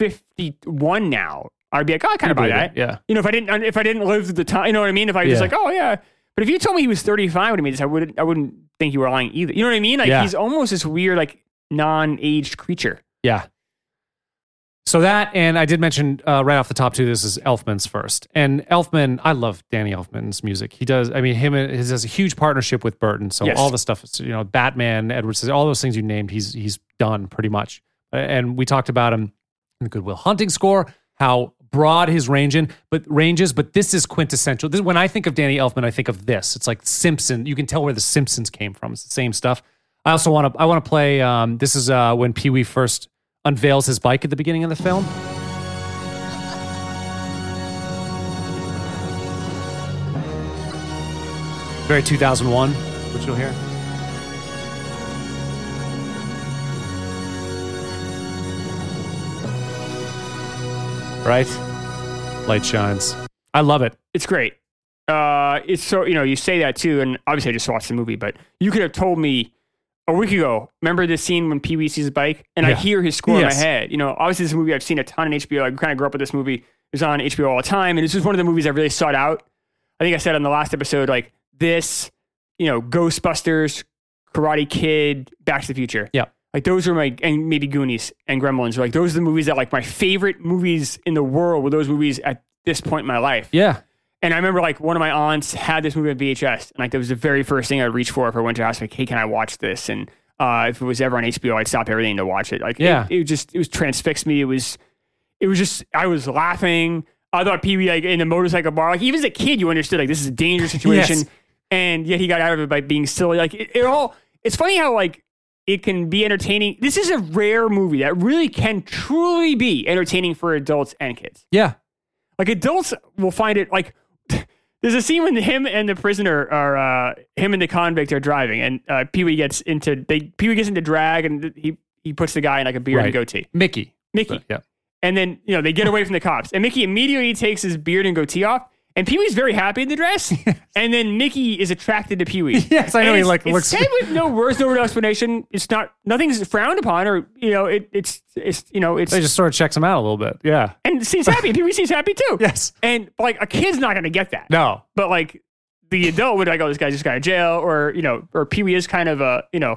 51 now, I'd be like, oh, I kind of buy
believe
that.
it, yeah.
You know, if I didn't, if I didn't live through the time, you know what I mean? If I was just
Yeah.
like, oh yeah. But if you told me he was 35 when he made this, I wouldn't, I wouldn't think you were lying either. You know what I mean? Like
Yeah.
he's almost this weird, like non-aged creature.
Yeah. So that, and I did mention uh, right off the top too. This is Elfman's first, and Elfman. I love Danny Elfman's music. He does. I mean, him and his has a huge partnership with Burton. So
Yes.
all the stuff, you know, Batman, Edward, Scissorhands, all those things you named, he's he's done pretty much. And we talked about him in the Goodwill Hunting score, how broad his range in, but ranges. But this is quintessential. This, when I think of Danny Elfman, I think of this. It's like Simpson. You can tell where the Simpsons came from. It's the same stuff. I also want to. I want to play. Um, this is uh, when Pee Wee first unveils his bike at the beginning of the film. Very 2001, which you'll hear. Right? Light shines. I love it.
It's great. Uh, it's so you know you say that too, and obviously I just watched the movie, but you could have told me a week ago. Remember the scene when Pee Wee sees a bike, and I
Yeah.
hear his score
Yes.
in my head. You know, obviously this is a movie I've seen a ton on HBO. I kind of grew up with this movie. It was on HBO all the time, and this is one of the movies I really sought out. I think I said on the last episode, like this, you know, Ghostbusters, Karate Kid, Back to the Future.
Yeah.
Like those were my and maybe Goonies and Gremlins. Were like those are the movies that like my favorite movies in the world were those movies at this point in my life.
Yeah.
And I remember like one of my aunts had this movie on VHS, and like that was the very first thing I'd reach for if I went to her house, like, hey, can I watch this? And uh, if it was ever on HBO, I'd stop everything to watch it. Like,
Yeah.
it, it just it was transfixed me. It was, it was just I was laughing. I thought Pee Wee like in the motorcycle bar, like even as a kid, you understood like this is a dangerous situation,
Yes.
and yet he got out of it by being silly. Like it, it all. It's funny how like It can be entertaining. This is a rare movie that really can truly be entertaining for adults and kids.
Yeah.
Like adults will find it like there's a scene when him and the prisoner are uh, him and the convict are driving, and uh, Pee Wee gets into they Pee Wee gets into drag, and he he puts the guy in like a beard and
Right.
goatee,
Mickey.
Mickey,
Yeah.
and then you know they get away from the cops, and Mickey immediately takes his beard and goatee off. And Pee Wee's very happy in the dress, and then Mickey is attracted to Pee Wee.
Yes, I know
And
he,
it's-
like,
it's
looks-
said with no words, no real explanation. It's not nothing's frowned upon, or you know, it, it's it's you know, it's
They just sort of checks him out a little bit. Yeah.
and seems happy. Pee Wee seems happy too.
Yes.
and like a kid's not going to get that.
No.
But like the adult would like, oh, this guy just got out of jail, or you know, or Pee Wee is kind of a you know,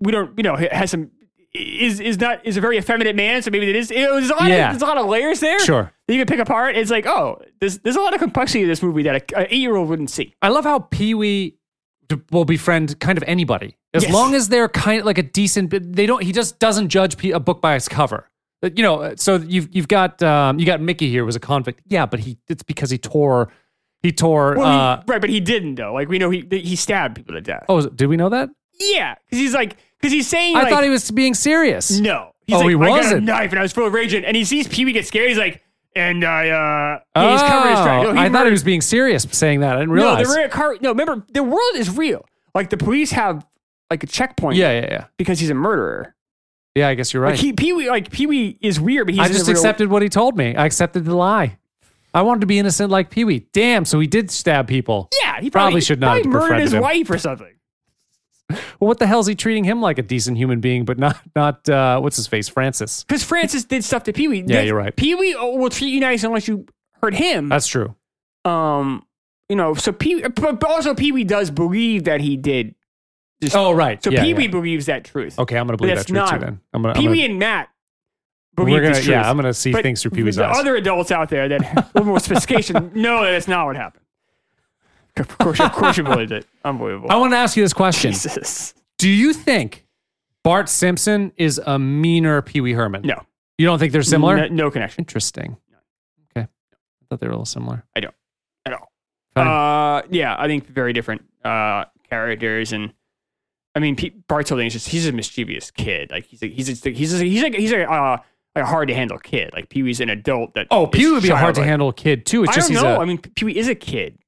we don't you know has some is is not is a very effeminate man, so maybe it is. It was a lot
Yeah.
of, there's a lot of layers there.
Sure.
that you can pick apart. It's like oh, there's there's a lot of complexity in this movie that a, an eight year old wouldn't see.
I love how Pee Wee d- will befriend kind of anybody as
Yes.
long as they're kind of like a decent. but They don't. He just doesn't judge P- a book by its cover. But, You know. uh, So you've you've got um, you got Mickey here was a convict. Yeah, but he it's because he tore he tore.
Well,
uh,
he, right, but he didn't though. Like we know he he stabbed people to death.
oh, did we know that?
Yeah, because he's like because he's saying
I
like,
thought he was being serious.
No. He's
Oh,
like,
he
I got a
wasn't.
knife and I was full of rage. And, and he sees Pee Wee get scared. He's like, and I, uh, he's covered his tracks.
Oh,
No, he
I thought
murdered-
he was being serious saying that. I didn't
No,
realize.
the rear car. No, remember, the world is real. Like, the police have like a checkpoint
yeah, yeah, yeah.
because he's a murderer.
Yeah, I guess you're right.
Like, he, Pee Wee, like, Pee Wee is weird, but he's
I
in
just
the real-
accepted what he told me. I accepted the lie. I wanted to be innocent like Pee Wee. Damn, so he did stab people.
Yeah, he probably,
Probably should not
probably
have
murdered
befriended
his
him.
wife or something.
Well, what the hell is he treating him like a decent human being, but not not uh, what's his face, Francis?
Because Francis did stuff to Pee Wee.
Yeah, you're right.
Pee Wee oh, will treat you nice unless you hurt him.
That's true.
um, you know, so Pee, but but also Pee Wee does believe that he did.
Oh, right.
So
Yeah,
Pee Wee
yeah.
believes that truth.
Okay, I'm gonna believe
that's
that truth
not-
too. Then I'm gonna. I'm
Pee Wee
gonna-
and Matt
we're
believe
gonna-
this truth.
yeah, I'm gonna see
But
things through Pee Wee's
the
eyes.
other adults out there that have a little more sophistication know that it's not what happened. Of course, of course you believed it. Unbelievable.
I want to ask you this question:
Jesus.
Do you think Bart Simpson is a meaner Pee Wee Herman?
No.
You don't think they're similar?
No, no connection
Interesting. Okay, I thought they were a little similar.
at all.
Fine.
Uh, yeah, I think very different uh, characters and. I mean, P- Bart's holding is just—he's a mischievous kid. Like he's a, he's a, he's a, he's like he's a, uh, like a hard-to-handle kid. Like Pee Wee's an adult that
Oh,
is
Pee Wee would be a hard to
childlike.
handle kid too. It's
I
just
don't
he's
know.
a
I mean, Pee Wee is a kid.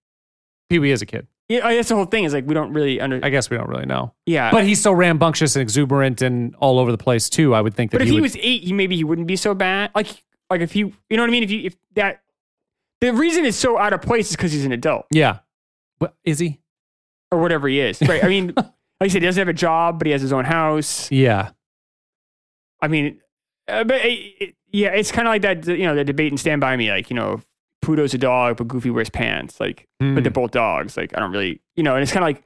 Pee Wee is a kid.
Yeah, that's the whole thing. Is like we don't really under.
I guess we don't really know,
yeah,
but he's so rambunctious and exuberant and all over the place too. I would think that
But if he
would,
was eight, he maybe he wouldn't be so bad. Like like if you you know what I mean? If you if that the reason it's so out of place is because he's an adult
yeah. But is he?
or whatever he is. Right. I mean, like I said, he doesn't have a job, but he has his own house.
Yeah.
I mean, uh, but it, it- yeah, it's kind of like that. You know, the debate in Stand by Me. Like you know, Pluto's a dog, but Goofy wears pants. Like,
Hmm.
but they're both dogs. Like I don't really you know. And it's kind of like.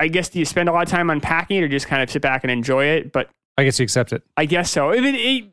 I guess do you spend a lot of time unpacking it, or just kind of sit back and enjoy it? But
I guess you accept it.
I guess so. I mean, it,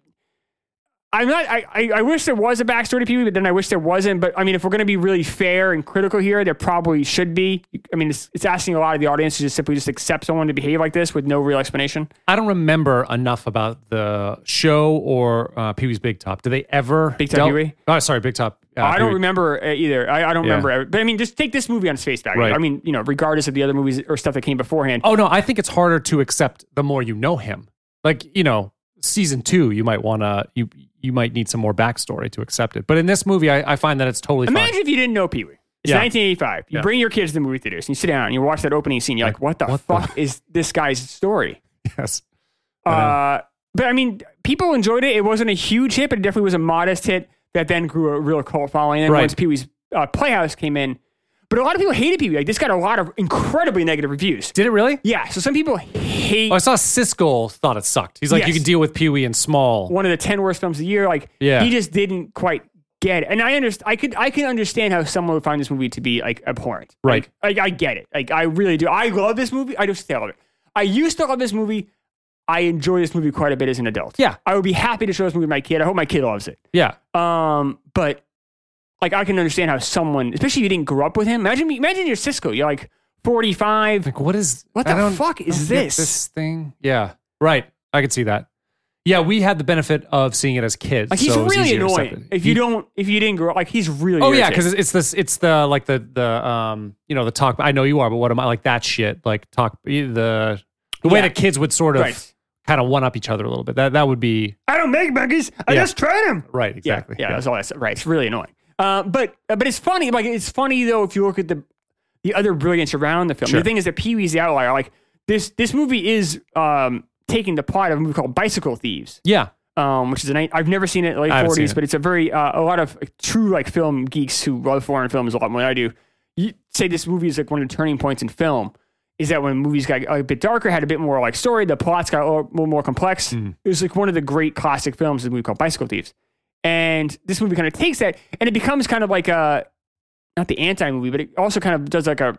I'm not. I, I I wish there was a backstory to Pee Wee, but then I wish there wasn't. But I mean, if we're going to be really fair and critical here, there probably should be. I mean, it's, it's asking a lot of the audience to just simply just accept someone to behave like this with no real explanation.
I don't remember enough about the show or uh, Pee Wee's Big Top. Do they ever
Big Top
dealt-
Pee Wee?
Oh, sorry, Big Top. uh,
I
Pee
don't
Wee.
remember uh, either. I, I don't
Yeah.
remember. But I mean, just take this movie on its face value.
Right.
I mean, you know, regardless of the other movies or stuff that came beforehand.
Oh no, I think it's harder to accept the more you know him. Like you know, season two, you might wanna you you might need some more backstory to accept it. But in this movie, I, I find that it's totally
Imagine
fine.
if you didn't know Pee Wee. It's
Yeah.
1985. You
Yeah.
bring your kids to the movie theaters and you sit down and you watch that opening scene. You're like, what the
what the-
fuck is this guy's story?
Yes.
Uh, but I mean, people enjoyed it. It wasn't a huge hit, but it definitely was a modest hit that then grew a real cult following. And then
Right.
once Pee Wee's uh, Playhouse came in, but a lot of people hated Pee Wee. Like this got a lot of incredibly negative reviews.
Did it really?
Yeah, so some people hate
Oh, I saw Siskel thought it sucked. He's like,
Yes.
you can deal with Pee Wee and Small.
one of the ten worst films of the year. Like
Yeah.
he just didn't quite get it. And I understand. I could I can understand how someone would find this movie to be like abhorrent.
Right.
Like, like I get it. Like I really do. I love this movie. I just still love it. I used to love this movie. I enjoy this movie quite a bit as an adult.
Yeah.
I would be happy to show this movie to my kid. I hope my kid loves it.
Yeah.
Um, but like I can understand how someone, especially if you didn't grow up with him. Imagine me, imagine you're Cisco. You're like 45.
Like, what is
What
I
the
don't-
fuck
I
is
don't get
this?
This thing? Yeah. Right. I could see that. Yeah, we had the benefit of seeing it as kids.
Like he's
so it was
really
easier to accept
annoying.
it.
If you
He-
don't, if you didn't grow, like he's really.
Oh yeah,
irritating.
because it's, it's this. It's the like the the um you know the talk. I know you are, but what am I like that shit? Like talk the the way
Yeah.
the kids would sort of
Right.
kind of one up each other a little bit. That that would be
I don't make monkeys. I
Yeah.
just train them.
right. Exactly.
Yeah, yeah, that's all that's right. It's really annoying. Uh, but uh, but it's funny. Like it's funny though if you look at the the other brilliance around the film.
Sure.
The thing is that Pee Wee's the outlier. Like this this movie is um, taking the plot of a movie called Bicycle Thieves,
Yeah.
um, which is a night I've never seen it late
I haven't seen
forties,
it.
but it's a very uh, a lot of like, true like film geeks who love foreign films a lot more than I do. You say this movie is like one of the turning points in film. Is that when movies got a bit darker, had a bit more like story, the plots got a little more- more complex.
Mm-hmm.
It was like one of the great classic films, the movie called Bicycle Thieves. And this movie kind of takes that and it becomes kind of like a not the anti movie, but it also kind of does like a,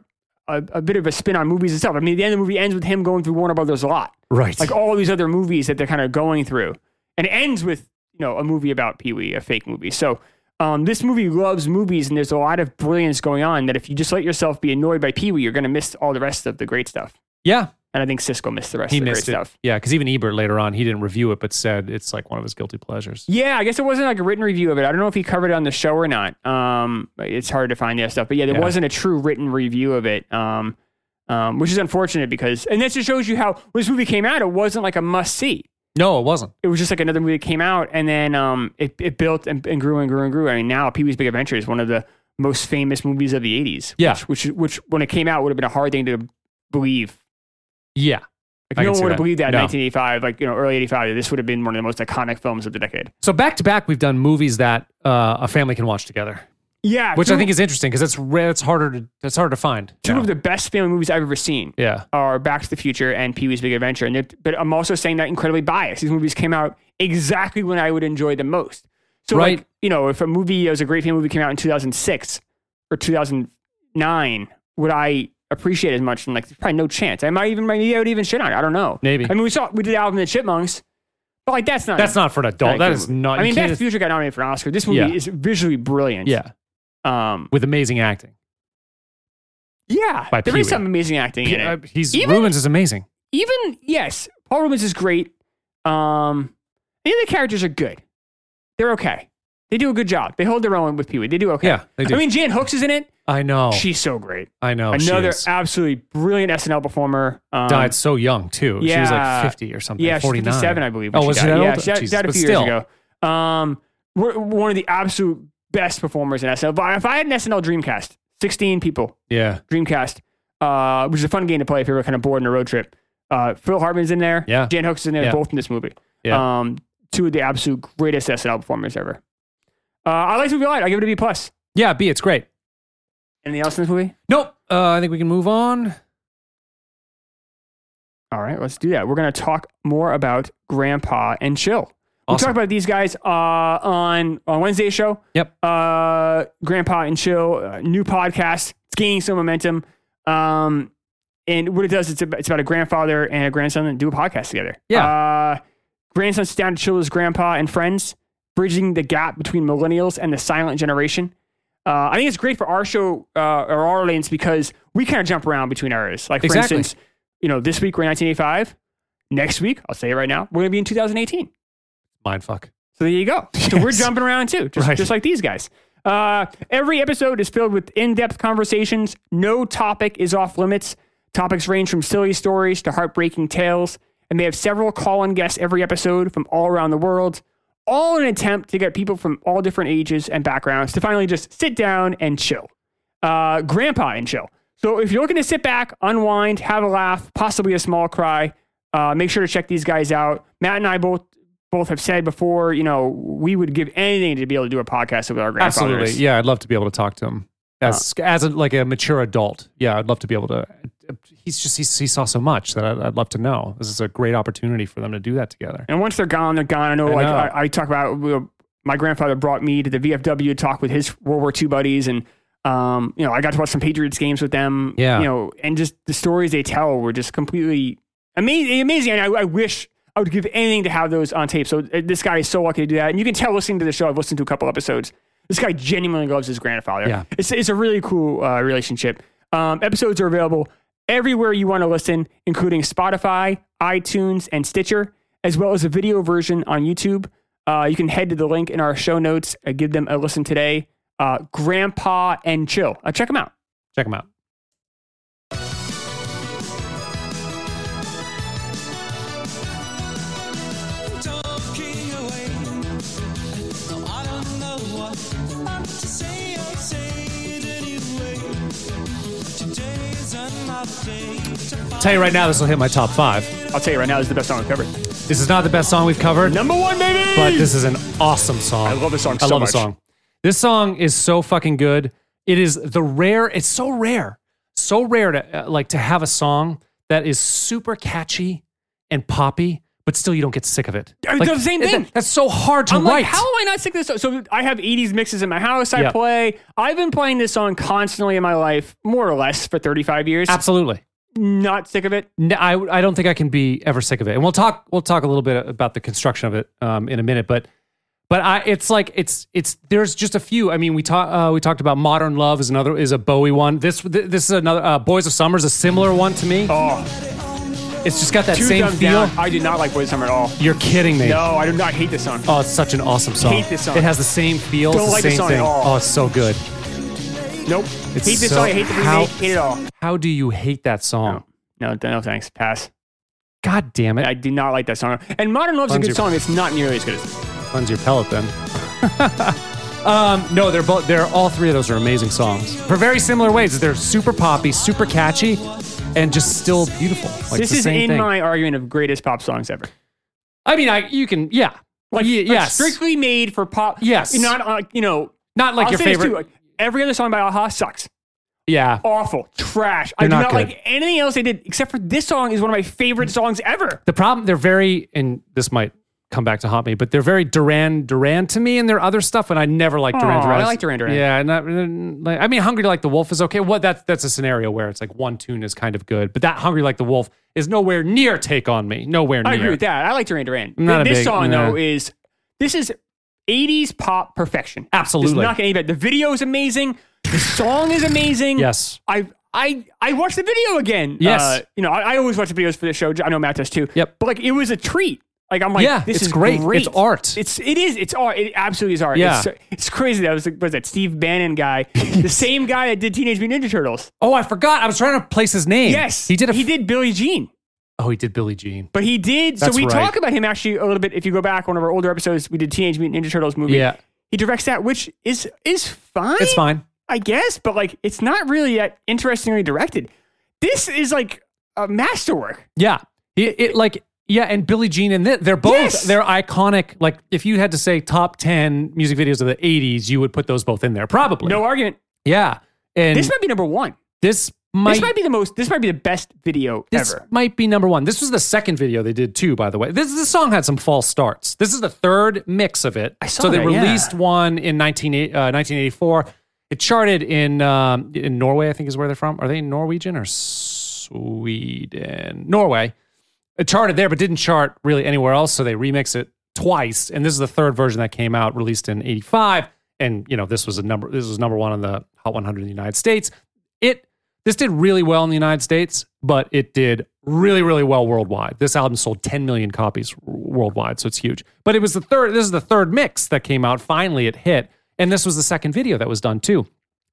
a a bit of a spin on movies itself. I mean, the end of the movie ends with him going through Warner Brothers a lot,
Right.
like all these other movies that they're kind of going through, and it ends with you know a movie about Pee Wee, a fake movie. So. Um, this movie loves movies, and there's a lot of brilliance going on. That if you just let yourself be annoyed by Pee Wee, you're going to miss all the rest of the great stuff.
yeah.
And I think Siskel missed the rest
He
of the
missed
great
it.
stuff.
Yeah. Because even Ebert later on, he didn't review it, but said it's like one of his guilty pleasures.
Yeah, I guess it wasn't like a written review of it. I don't know if he covered it on the show or not. Um, it's hard to find that stuff, but yeah, there
Yeah.
wasn't a true written review of it. Um, um, which is unfortunate because, and that just shows you how when this movie came out, it wasn't like a must see.
No, it wasn't.
It was just like another movie that came out, and then um, it, it built and, and grew and grew and grew. I mean, now Pee Wee's Big Adventure is one of the most famous movies of the '80s.
Yeah.
which which, which when it came out would have been a hard thing to believe
Yeah. I
like, no
can see
one would
that.
have believed that in
No.
1985, like you know, early '85. This would have been one of the most iconic films of the decade.
So back to back, we've done movies that uh, a family can watch together,
Yeah,
which
two,
I think is interesting because that's rare. It's harder to that's harder to find.
two
now.
of the best family movies I've ever seen
yeah.
are Back to the Future and Pee Wee's Big Adventure. And they're- but I'm also saying that incredibly biased. These movies came out exactly when I would enjoy them most. So,
Right.
like, you know, if a movie it was a great family movie came out in 2006 or 2009, would I appreciate it as much? And like, there's probably no chance. I might even maybe I would even shit on it. I don't know.
Maybe.
I mean, we saw we did Alvin and the Chipmunks, but like that's not
That's not for an adult. That is not.
I
you
mean, Back to
can't-
the Future got nominated for an Oscar. This movie
Yeah.
is visually brilliant.
yeah,
Um.
with amazing acting.
Yeah.
By
there is
Pee-wee.
some amazing acting in it.
Uh, he's
Even-
Rubens is amazing.
even yes, Paul Rubens is great. Um, the other characters are good. They're okay. They do a good job. They hold their own with Pee Wee. They do okay.
Yeah, they do.
I mean, Jan Hooks is in it.
I know.
She's so great.
I know. she
Another
is.
absolutely brilliant SNL performer. Um,
died so young too. She was like
yeah.
fifty or something.
Yeah, she's
49.
57, I believe. when
Oh,
she
was she
died.
that
Yeah,
old?
she died,
Jesus,
died a
but
few
still.
years ago. Um, we're- one of the absolute best performers in SNL. But if I had an SNL Dreamcast, 16 people,
Yeah,
Dreamcast, uh, which is a fun game to play if you're kind of bored on a road trip. Uh, Phil Hartman's in there.
Yeah.
Jan Hooks is in there,
Yeah.
both in this movie.
Yeah.
Um, two of the absolute greatest SNL performers ever. Uh, I like this movie a lot. I give it a B plus.
yeah. B, it's great.
Anything else in this movie?
Nope. Uh, I think we can move on.
All right, let's do that. We're gonna talk more about Grandpa and Chill. We
Awesome.
talked about these guys uh, on on Wednesday's show.
Yep.
uh, Grandpa and Chill, uh, new podcast. It's gaining some momentum. Um, and what it does, it's about, it's about a grandfather and a grandson that do a podcast together.
Yeah.
Uh, grandson sits down to chill with his grandpa and friends, bridging the gap between millennials and the silent generation. Uh, I think it's great for our show, uh, or our audience, because we kind of jump around between eras. Like, for
Exactly.
instance, you know, this week we're in 1985. Next week, I'll say it right now, we're going to be in 2018.
Mindfuck.
So there you go. So we're
Yes.
jumping around too, just,
Right.
just like these guys. Uh, every episode is filled with in depth conversations. No topic is off limits. Topics range from silly stories to heartbreaking tales. And they have several call in guests every episode from all around the world, all in an attempt to get people from all different ages and backgrounds to finally just sit down and chill. Uh, grandpa and chill. So if you're looking to sit back, unwind, have a laugh, possibly a small cry, uh, make sure to check these guys out. Matt and I both both have said before, you know, we would give anything to be able to do a podcast with our grandfathers.
Absolutely. Yeah, I'd love to be able to talk to him as as a, like a mature adult. Yeah, I'd love to be able to. He's just he's, he saw so much that I'd, I'd love to know. This is a great opportunity for them to do that together.
And once they're gone, they're gone. I know,
I
like
know.
I, I talk about you know, my grandfather brought me to the VFW to talk with his World War II buddies, and um, you know, I got to watch some Patriots games with them.
Yeah.
you know, Oh, and just the stories they tell were just completely amazing. Amazing, and I, I wish. I would give anything to have those on tape. So uh, this guy is so lucky to do that, and you can tell listening to the show. I've listened to a couple episodes. This guy genuinely loves his grandfather.
Yeah.
it's it's a really cool uh, relationship. Um, episodes are available everywhere you want to listen, including Spotify, iTunes, and Stitcher, as well as a video version on YouTube. Uh, you can head to the link in our show notes. Uh, give them a listen today. Uh, Grandpa and Chill. Uh, check them out.
Check him out.
what's up to say. I'll say it anyway. Today's another day to find
Tell you right now, this will hit my top five.
I'll tell you right now, this is the best song I've covered.
This is not the best song we've covered,
Number one, baby.
but this is an awesome song. I
love this song
I
so
love
much.
this song. This song is so fucking good. It is the rare. It's so rare, so rare to uh, like to have a song that is super catchy and poppy, but still you don't get sick of it.
I mean,
Like,
the same
it-
thing.
that's so hard to
I'm
write.
like, how am I not sick of this? Song? So I have 80s mixes in my house. I
Yeah.
play. I've been playing this song constantly in my life, more or less, for 35 years.
Absolutely.
Not sick of it.
No, I, I don't think I can be ever sick of it. And we'll talk we'll talk a little bit about the construction of it um, in a minute, but but I it's like it's it's there's just a few. I mean, we talked uh, we talked about Modern Love is another is a Bowie one. This th- this is another uh, Boys of Summer is a similar one to me.
Oh,
it's just got that
two
same
thumbs
feel.
down. I did not like Boys Summer at all.
You're kidding me.
No, I do not hate this song.
Oh, it's such an awesome song.
Hate this song.
It has the same feel.
Don't
it's the
like
same
this song at
thing.
all.
Oh, it's so good.
Nope.
It's
hate this
so-
song. I hate the remake.
how-
hate it all.
How do you hate that song?
No, no, thanks. Pass.
God damn it.
I do not like that song. And Modern Love's a
Bungie-
good song. It's not nearly as good as this.
cleanse your pellet then. um, no, they're both they're all three of those are amazing songs for very similar ways. They're super poppy, super catchy, and just still beautiful. Like
This
the
is
same
in
thing.
my argument of greatest pop songs ever.
I mean, I you can yeah, like,
Ye-
yes,
strictly made for pop.
Yes.
Not like, you know,
not like
I'll
your
say this too,
favorite.
like, every other song by Aha sucks.
yeah,
Awful. Trash. I
They're
do
not
not,
good.
like anything else they did except for this song is one of my favorite songs ever.
the problem they're very and this might come back to haunt me, but they're very Duran Duran to me and their other stuff, and I never like Duran
Aw,
Duran.
I like Duran Duran.
Yeah, not, like, I mean, Hungry Like the Wolf is okay. What that's that's a scenario where it's like one tune is kind of good, but that Hungry Like the Wolf is nowhere near Take on Me. Nowhere near.
I agree with that. I like Duran Duran.
I'm not a
this
big-
song
nah.
though is this is 80s pop perfection.
Absolutely.
There's not getting any better. The video is amazing. The song is amazing.
Yes.
I I I watched the video again.
Yes.
Uh, you know, I, I always watch the videos for the show. I know Matt does too.
Yep.
But like it was a treat. Like I'm like,
Yeah,
this
it's
is
great. It's art.
It's it is. It's art. It absolutely is art.
Yeah.
It's, it's crazy. That was what was that Steve Bannon guy, the same guy that did Teenage Mutant Ninja Turtles.
Oh, I forgot. I was trying to place his name.
Yes,
he did. A,
he did Billie Jean.
Oh, he did Billie Jean.
But he did.
That's
so we
right.
talk about him actually a little bit. If you go back one of our older episodes, we did Teenage Mutant Ninja Turtles movie.
Yeah.
He directs that, which is is fine.
It's fine.
I guess, but like it's not really that interestingly directed. This is like a masterwork.
Yeah, it, it like yeah, and Billie Jean and thi- they're both
Yes.
they're iconic. Like if you had to say top ten music videos of the '80s, you would put those both in there, probably.
No argument.
Yeah, and
This might be number one.
this might
This might be the most. This might be the best video
this
ever.
might be number one. This was the second video they did too, by the way. This this song had some false starts. This is the third mix of it. I
saw
so they
that, yeah.
released one in 19, eight- uh, 1984. It charted in um, in Norway, I think is where they're from. Are they Norwegian or Sweden? Norway. It charted there, but didn't chart really anywhere else. So they remixed it twice, and this is the third version that came out, released in '85. And you know, this was a number. This was number one on the Hot 100 in the United States. It this did really well in the United States, but it did really, really well worldwide. This album sold 10 million copies worldwide, so it's huge. But it was the third. This is the third mix that came out. Finally, it hit, and this was the second video that was done too.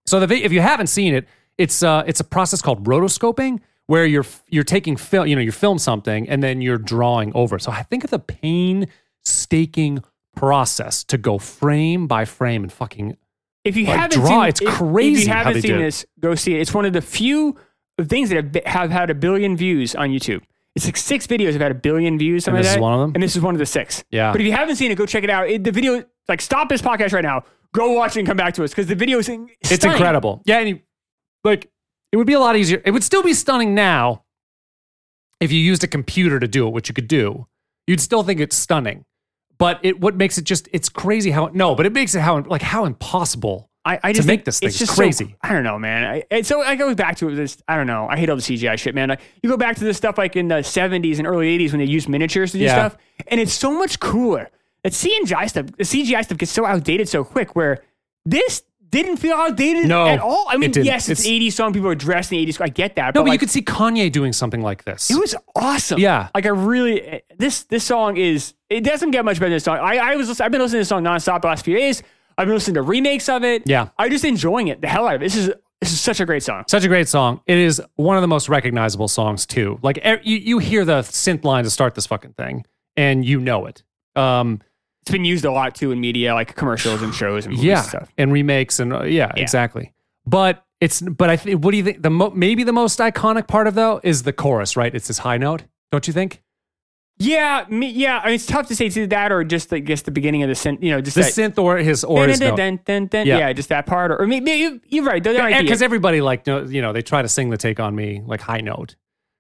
So the vi- if you haven't seen it, it's uh, it's a process called rotoscoping where you're you're taking film, you know, you film something and then you're drawing over. So I think of the painstaking process to go frame by frame and fucking
If you
Like,
haven't
draw,
seen,
it's
if- If
crazy
you
how
haven't
they
seen
did it.
this, go see it. It's one of the few things that have, be- have had a billion views on YouTube. It's like six videos have had a billion views. something
And this
like
is
that.
one of them?
And this is one of the six.
Yeah.
But if you haven't seen it, go check it out. It, the video, like, stop this podcast right now. Go watch it and come back to us because the video is in-
It's
stunning.
incredible. Yeah, and you, like it would be a lot easier. It would still be stunning now if you used a computer to do it, which you could do. You'd still think it's stunning, but it what makes it just it's crazy how no, but it makes it how like how impossible.
I, I
to
just
make
think
this thing
it's
is
just so-
crazy.
I don't know, man. I, and so I go back to this. I don't know. I hate all the CGI shit, man. Like, you go back to this stuff like in the '70s and early '80s when they used miniatures to do
Yeah.
stuff, and it's so much cooler. That CGI stuff, the CGI stuff gets so outdated so quick. Where this didn't feel outdated
No,
at all. I
it
mean,
didn't.
yes, it's,
It's-
'80s song. People are dressed in '80s. song. I get that.
No, but, you
like,
could see Kanye doing something like this.
It was awesome.
Yeah.
like I really this this song is it doesn't get much better than this song. I, I was listen- I've been listening to this song nonstop the last few days. I've been listening to remakes of it.
Yeah.
I'm just enjoying it. The hell out of it. This is this is such a great song.
Such a great song. It is one of the most recognizable songs too. Like e- you, you hear the synth line to start this fucking thing, and you know it. Um,
It's been used a lot too in media, like commercials and shows and movies
yeah,
and stuff.
and remakes and uh, yeah,
Yeah.
exactly. But it's but I think what do you think the mo- maybe the most iconic part of though is the chorus, right? It's this high note, don't you think?
Yeah, me, yeah. I mean, it's tough to say it's either that or just I guess the beginning of the synth. You know, just
The
that,
synth or his or
dun,
his
dun,
note.
dun, dun, dun.
Yeah.
Yeah. just that part. Or, or maybe you, you're right. The idea.
because everybody like know- you know they try to sing the take on me like high note.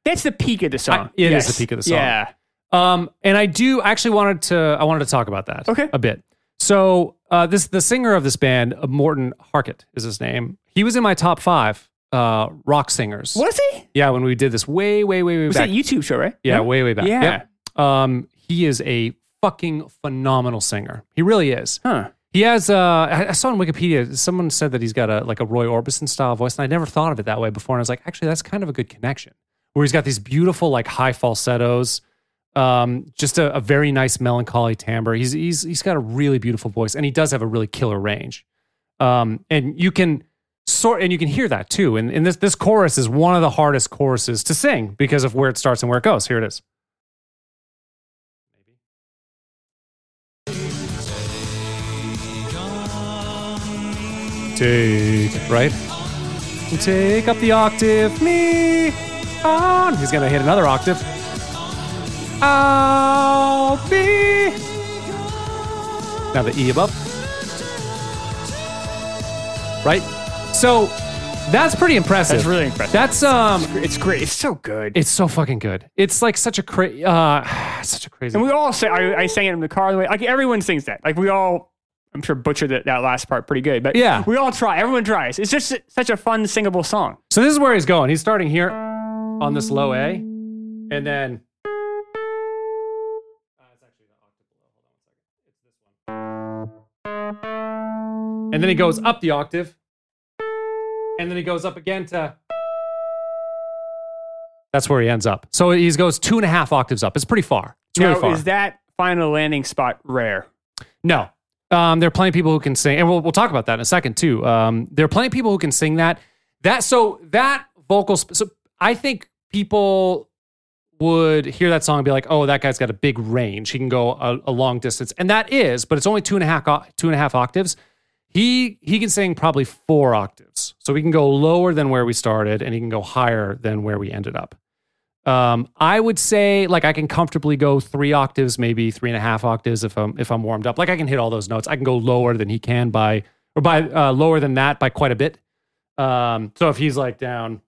that's the peak of the song.
it is
Yes.
the peak of the song.
Yeah.
Um, and I do I actually wanted to I wanted to talk about that.
Okay.
A bit. So uh, this the singer of this band, uh, Morton Harkett is his name. He was in my top five uh, rock singers.
Was he? It
Yeah, when we did this way way way way
was
back.
that YouTube show, right?
Yeah,
No?
way way back.
Yeah.
Yep. Um, he is a fucking phenomenal singer. He really is.
Huh.
He has. Uh, I I saw on Wikipedia someone said that he's got a like a Roy Orbison style voice, and I never thought of it that way before. And I was like, actually, that's kind of a good connection, where he's got these beautiful like high falsettos, um, just a, a very nice melancholy timbre. He's he's he's got a really beautiful voice, and he does have a really killer range. Um, and you can sort and you can hear that too. And and this this chorus is one of the hardest choruses to sing because of where it starts and where it goes. Here it is. Take right. Take up the octave, me on. He's gonna hit another octave. I'll be. Now the E above. Right. So that's pretty impressive.
That's really impressive.
That's um.
It's great. It's so good.
It's so fucking good. It's like such a cra- uh, such a crazy.
and we all say, I, I sang it in the car. on the way- Like everyone sings that. Like we all, I'm sure butchered that, that last part pretty good. But
Yeah.
we all try. Everyone tries. It's just such a fun singable song.
So this is where he's going. He's starting here on this low A, and then. uh, And then he goes up the octave, and then he goes up again to. That's where he ends up. So he goes two and a half octaves up. It's pretty far. It's really
now,
far.
is that final landing spot rare?
No. Um, there are plenty of people who can sing, and we'll, we'll talk about that in a second too. Um, there are plenty of people who can sing that. That so that vocal. Sp- so I think people would hear that song and be like, "Oh, that guy's got a big range. He can go a, a long distance," and that is, but it's only two and a half o- two and a half octaves. He he can sing probably four octaves, so he can go lower than where we started, and he can go higher than where we ended up. Um, I would say like I can comfortably go three octaves, maybe three and a half octaves if I'm if I'm warmed up. Like I can hit all those notes. I can go lower than he can by or by uh, lower than that by quite a bit. Um, so if he's like down,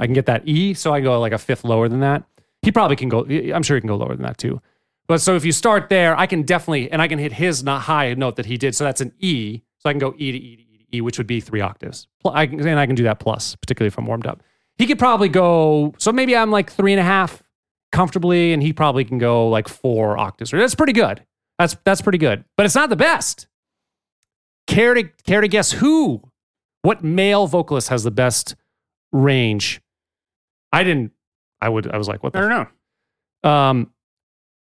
I can get that E. So I go like a fifth lower than that. He probably can go. I'm sure he can go lower than that too. But so if you start there, I can definitely, and I can hit his not high note that he did. So that's an E. So I can go E to E to E to E, which would be three octaves. Pl- I can, and I can do that plus, particularly if I'm warmed up. He could probably go, so maybe I'm like three and a half comfortably, and he probably can go like four octaves. That's pretty good. That's that's pretty good. But it's not the best. Care to care to guess who? What male vocalist has the best range? I didn't. I would. I was like, what
I
the
don't know.
um,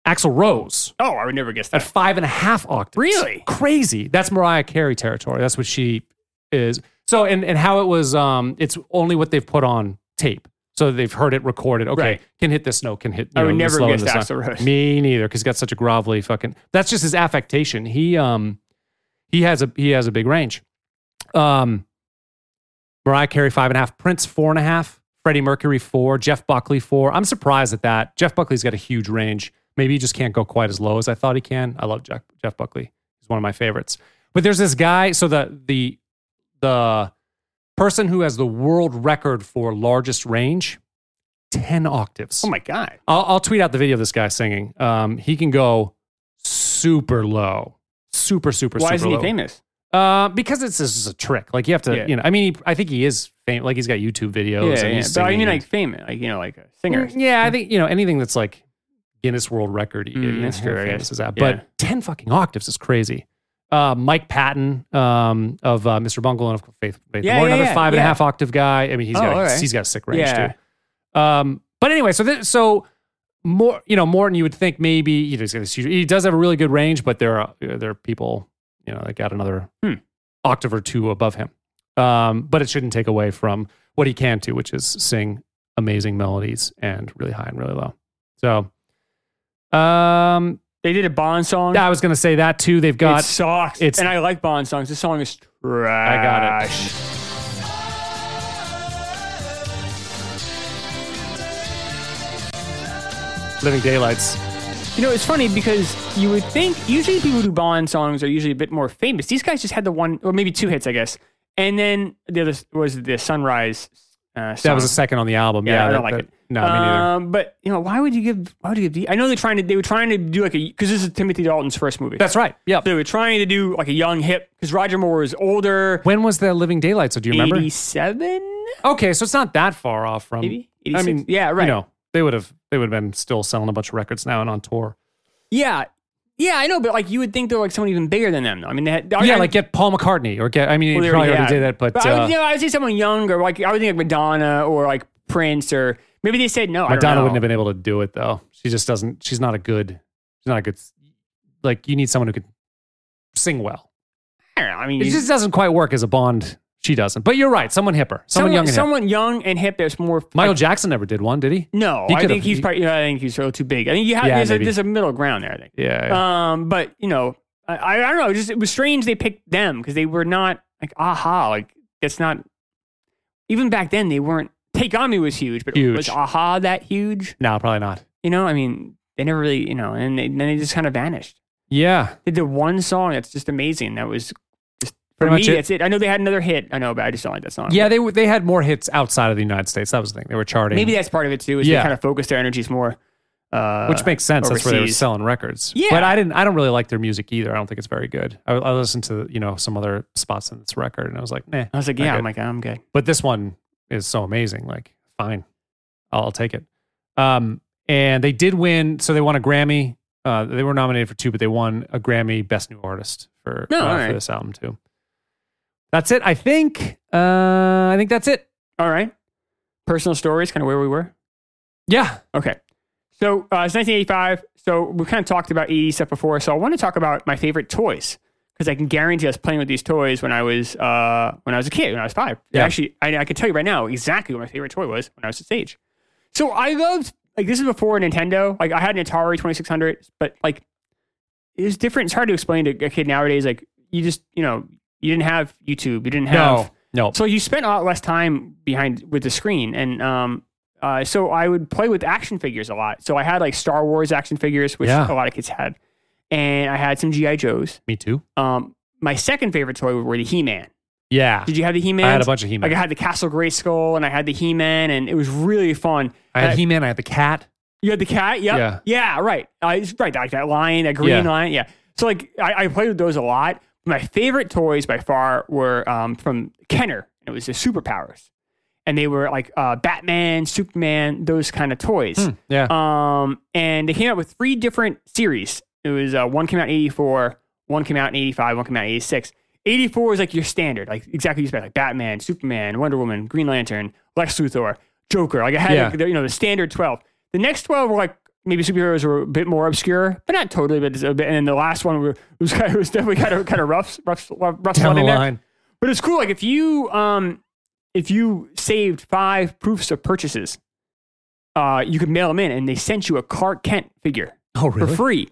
Axel Rose
Oh, I would never guess
at
that.
five and a half octaves.
Really?
Crazy. That's Mariah Carey territory. That's what she is. So and and how it was um it's only what they've put on tape. So they've heard it recorded. Okay,
Right.
can hit this note, can hit. You
I would
know,
never
this low
guess
and this high.
Axl Rose.
Me neither, because he's got such a grovelly fucking. That's just his affectation. He um he has a he has a big range. Um, Mariah Carey five and a half, Prince four and a half, Freddie Mercury four, Jeff Buckley four. I'm surprised at that. Jeff Buckley's got a huge range. Maybe he just can't go quite as low as I thought he can. I love Jeff, Jeff Buckley. He's one of my favorites. But there's this guy. So the the the person who has the world record for largest range, ten octaves.
Oh my god.
I'll, I'll tweet out the video of this guy singing. Um, he can go super low, super super.
Why
super
isn't he
low.
famous?
Uh, because it's this is a trick. Like you have to,
Yeah.
you know. I mean, he, I think he is famous. Like he's got YouTube videos.
Yeah,
and
yeah.
he's
But I
singing
mean,
and-
like famous, like you know, like uh, a singer.
Mm, Yeah, I think you know anything that's like Guinness World Record. you-
Mm,
you know,
that's
how
true, I
famous
guess.
is that?
Yeah.
But ten fucking octaves is crazy. Uh, Mike Patton um, of uh, Mr. Bungle and of Faith, Faith
Yeah,
More,
yeah,
another
yeah,
five and a half
yeah.
octave guy. I mean, he's
Oh,
got a,
all right.
he's got a sick range
Yeah.
too. Um, but anyway, so this, so more you know Morton, you would think maybe you know, he's got this huge, he does have a really good uh, range, but there are there are people you know that got another
Hmm.
octave or two above him. Um, but it shouldn't take away from what he can do, which is sing amazing melodies and really high and really low. So, um,
They did a Bond song.
yeah, I was going to say that too. They've
it
got
sucks.
it's-
and I like Bond songs. This song is
I got it.
trash.
Living Daylights.
You know, it's funny because you would think usually people who do Bond songs are usually a bit more famous. These guys just had the one or maybe two hits, I guess. And then the other was the Sunrise.
That
Uh,
was
song.
the second on the album. Yeah,
I don't
that-
like
that-
it.
No, me neither.
Um, but you know, why would you give? Why would you give? the- I know they're trying to. They were trying to do like a because this is Timothy Dalton's first movie.
That's right. Yeah.
they were trying to do like a young hip because Roger Moore was older.
When was the Living Daylights? Do you remember?
Eighty-seven.
Okay, so it's not that far off from.
Maybe?
I
86?
mean,
Yeah, right.
You know, they would have they would have been still selling a bunch of records now and on tour.
Yeah, yeah, I know. But like, you would think they're like someone even bigger than them. though. I mean, they had. I-
yeah,
I-
like get Paul McCartney or get. I mean,
Well,
you
they
probably already
yeah.
did that, but,
I would,
uh,
you know, I would say someone younger, like I would think like Madonna or like Prince or maybe they said no. I don't
Madonna
know.
wouldn't have been able to do it though. She just doesn't. She's not a good. She's not a good. Like you need someone who could sing well.
I, don't know. I mean,
It
you-
just doesn't quite work as a Bond. She doesn't. But you're right. Someone hipper. Someone, young. And hip.
someone young and hip that's more.
Michael
like,
Jackson never did one, did he?
no,
he
I
could've-
think he's
he-
probably. Yeah, I think he's a little too big. I think you have
Yeah,
there's, a,
maybe.
there's a middle ground there. I think.
Yeah.
Um, but you know, I, I I don't know. Just it was strange they picked them because they were not like aha. Like that's not even back then they weren't. Take on me was huge, but
Huge.
was aha that huge?
no, probably not.
You know, I mean, they never really, you know, and they, then they just kind of vanished.
Yeah.
They did one song that's just amazing. That was just for
Pretty
me.
much it.
That's it. I know they had another hit. I know, but I just don't like that song.
Yeah, they were- they had more hits outside of the United States. That was the thing. They were charting.
maybe that's part of it too. Is
Yeah.
they kind of focus their energies more, uh,
which makes sense. That's where they were
overseas.
selling records.
Yeah.
but I didn't. I don't really like their music either. I don't think it's very good. I, I listened to you know some other spots in this record, and I was like, nah.
I was like,
not
yeah,
good.
I'm like, I'm good.
but this one is so amazing. Like, fine, I'll, I'll take it. Um, and they did win, so they won a Grammy. Uh, they were nominated for two, but they won a Grammy Best New Artist for,
No,
uh,
all
for
right.
this album too. That's it. I think. Uh, I think that's it.
All right. Personal stories, kind of where we were.
Yeah.
Okay. So uh, it's 1985. So we kind of talked about 80 stuff before. So I want to talk about my favorite toys because I can guarantee I was playing with these toys when I was uh, when I was a kid, when I was five.
Yeah.
Actually, I, I can tell you right now exactly what my favorite toy was when I was this age. So I loved like this is before Nintendo. Like I had an Atari 2600, but like it was different. It's hard to explain to a kid nowadays. Like you just you know you didn't have YouTube, you didn't have
No. No.
so you spent a lot less time behind with the screen, and um, uh, so I would play with action figures a lot. So I had like Star Wars action figures, which
Yeah.
a lot of kids had, and I had some GI Joes.
Me too.
Um, my second favorite toy were the He Man.
Yeah.
Did you have the He Man?
I had a bunch of He-Man.
Like I had the Castle Grayskull, and I had the He Man, and it was really fun.
I had
Uh,
He Man. I had the cat.
you had the cat, yep.
Yeah.
yeah, yeah, right, uh, it's right. Like that lion, that green
Yeah.
lion, yeah. So like, I, I played with those a lot. My favorite toys by far were um, from Kenner. It was the superpowers, and they were like uh, Batman, Superman, those kind of toys.
Hmm, Yeah.
Um, and they came out with three different series. It was uh, one came out in 84, one came out in 85, one came out in 86. 84 is like your standard, like exactly what you expect, like Batman, Superman, Wonder Woman, Green Lantern, Lex Luthor, Joker. Like I had,
Yeah.
like, the, you know, the standard 12. The next 12 were like maybe superheroes were a bit more obscure, but not totally, but just a bit. And then the last one were, was, kind of, was definitely kind of, kind of rough, rough, rough, rough
down
slot
the
in there.
line.
But it's cool. Like if you um if you saved five proofs of purchases, uh, you could mail them in, and they sent you a Clark Kent figure
Oh,
for free.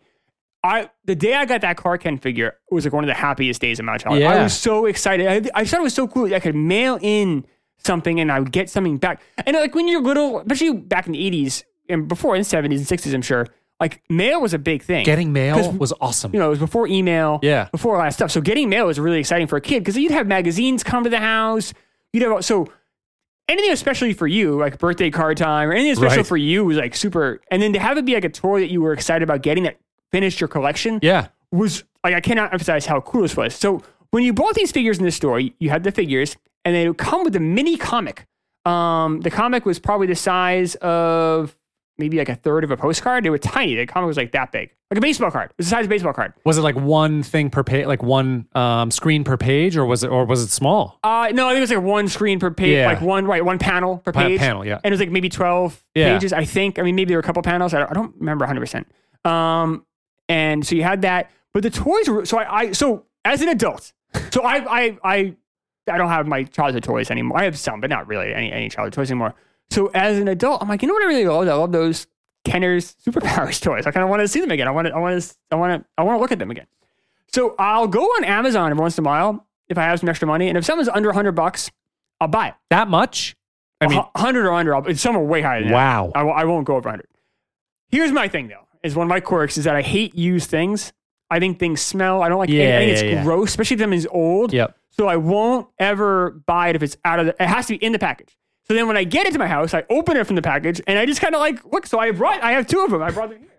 I the day I got that Clark Kent figure was like one of the happiest days of my childhood.
Yeah.
I was so excited. I, I thought it was so cool. that I could mail in something, and I would get something back. And like when you're little, especially back in the '80s and before in the '70s and '60s, I'm sure like mail was a big thing
Getting mail
'Cause,
was awesome.
you know, it was before email,
Yeah.
before a lot of stuff. So getting mail was really exciting for a kid because you'd have magazines come to the house. You'd have so anything especially for you, like birthday card time or anything special
Right.
for you was like super. And then to have it be like a toy that you were excited about getting that finished your collection
yeah.
was like I cannot emphasize how cool this was. So when you bought these figures in the store, you you had the figures, and they would come with a mini comic. Um, the comic was probably the size of maybe like a third of a postcard. They were tiny. The comic was like that big, like a baseball card. It was the size of a baseball card.
Was it like one thing per page, like one um, screen per page, or was it, or was it small?
Uh, no, I think it was like one screen per page,
Yeah.
like one right, one panel per
Pa-
page.
panel, yeah.
And it was like maybe twelve
Yeah.
pages, I think. I mean, maybe there were a couple panels. I don't, I don't remember hundred percent. Um, and so you had that, but the toys were so I, I so as an adult, so I I I I don't have my childhood toys anymore. I have some, but not really any any childhood toys anymore. So as an adult, I'm like, you know what I really love? I love those Kenner's superpowers toys. I kind of want to see them again. I want to, I want to, I want to, I want to look at them again. So I'll go on Amazon every once in a while if I have some extra money, and if someone's under 100 bucks, I'll buy it.
That much? I mean,
100 or under. I'll, some are way higher than that.
wow.
I w- I won't go over 100. Here's my thing, though, is one of my quirks is that I hate used things. I think things smell. I don't like
Yeah,
I think
yeah,
it's
yeah.
gross, especially if them is old.
Yep.
So I won't ever buy it if it's out of the, it has to be in the package. So then when I get it to my house, I open it from the package and I just kind of like, look, so I brought, I have two of them. I brought them here.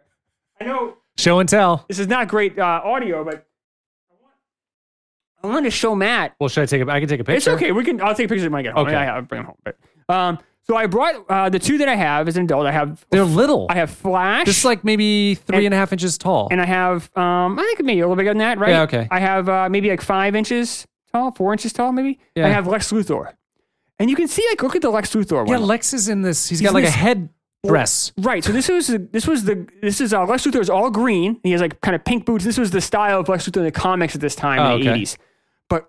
I know
Show and tell.
this is not great uh, audio, but I want to show Matt
Well, should I take a? I can take a picture.
it's okay. We can. I'll take pictures when I get home.
Okay.
I have bring them home. But um, so I brought uh, the two that I have as an adult. I have
They're little.
I have Flash.
just like maybe three
And-
and a half inches tall.
and I have um, I think maybe a little bigger than that, right?
Yeah, okay.
I have uh, maybe like five inches tall, four inches tall, maybe.
Yeah.
I have Lex Luthor, and you can see like look at the Lex Luthor
yeah,
one.
Lex is in this. he's
He's
got
in
like a
this-
head dress.
Right. So this was this was the this is uh, Lex Luthor's all green. And he has like kind of pink boots. This was the style of Lex Luthor in the comics at this time
Oh,
in the
okay.
eighties. But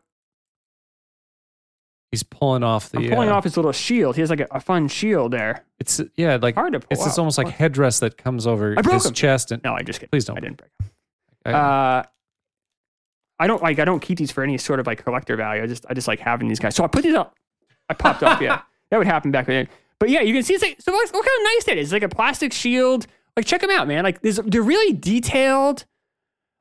He's pulling off the.
I'm pulling
uh,
off his little shield. He has like a, a fun shield there.
It's yeah, like
Hard to pull
it's this
off.
almost like headdress that comes over
I broke
his
him.
chest and
No, I just kidding.
Please don't.
I didn't break.
I-
uh, I don't like I don't keep these for any sort of like collector value. I just I just like having these guys. So I put these up. I popped up. Yeah, that would happen back then. But yeah, you can see it's like so. Look, look how nice that is. It's like a plastic shield. Like check them out, man. Like there's, they're really detailed.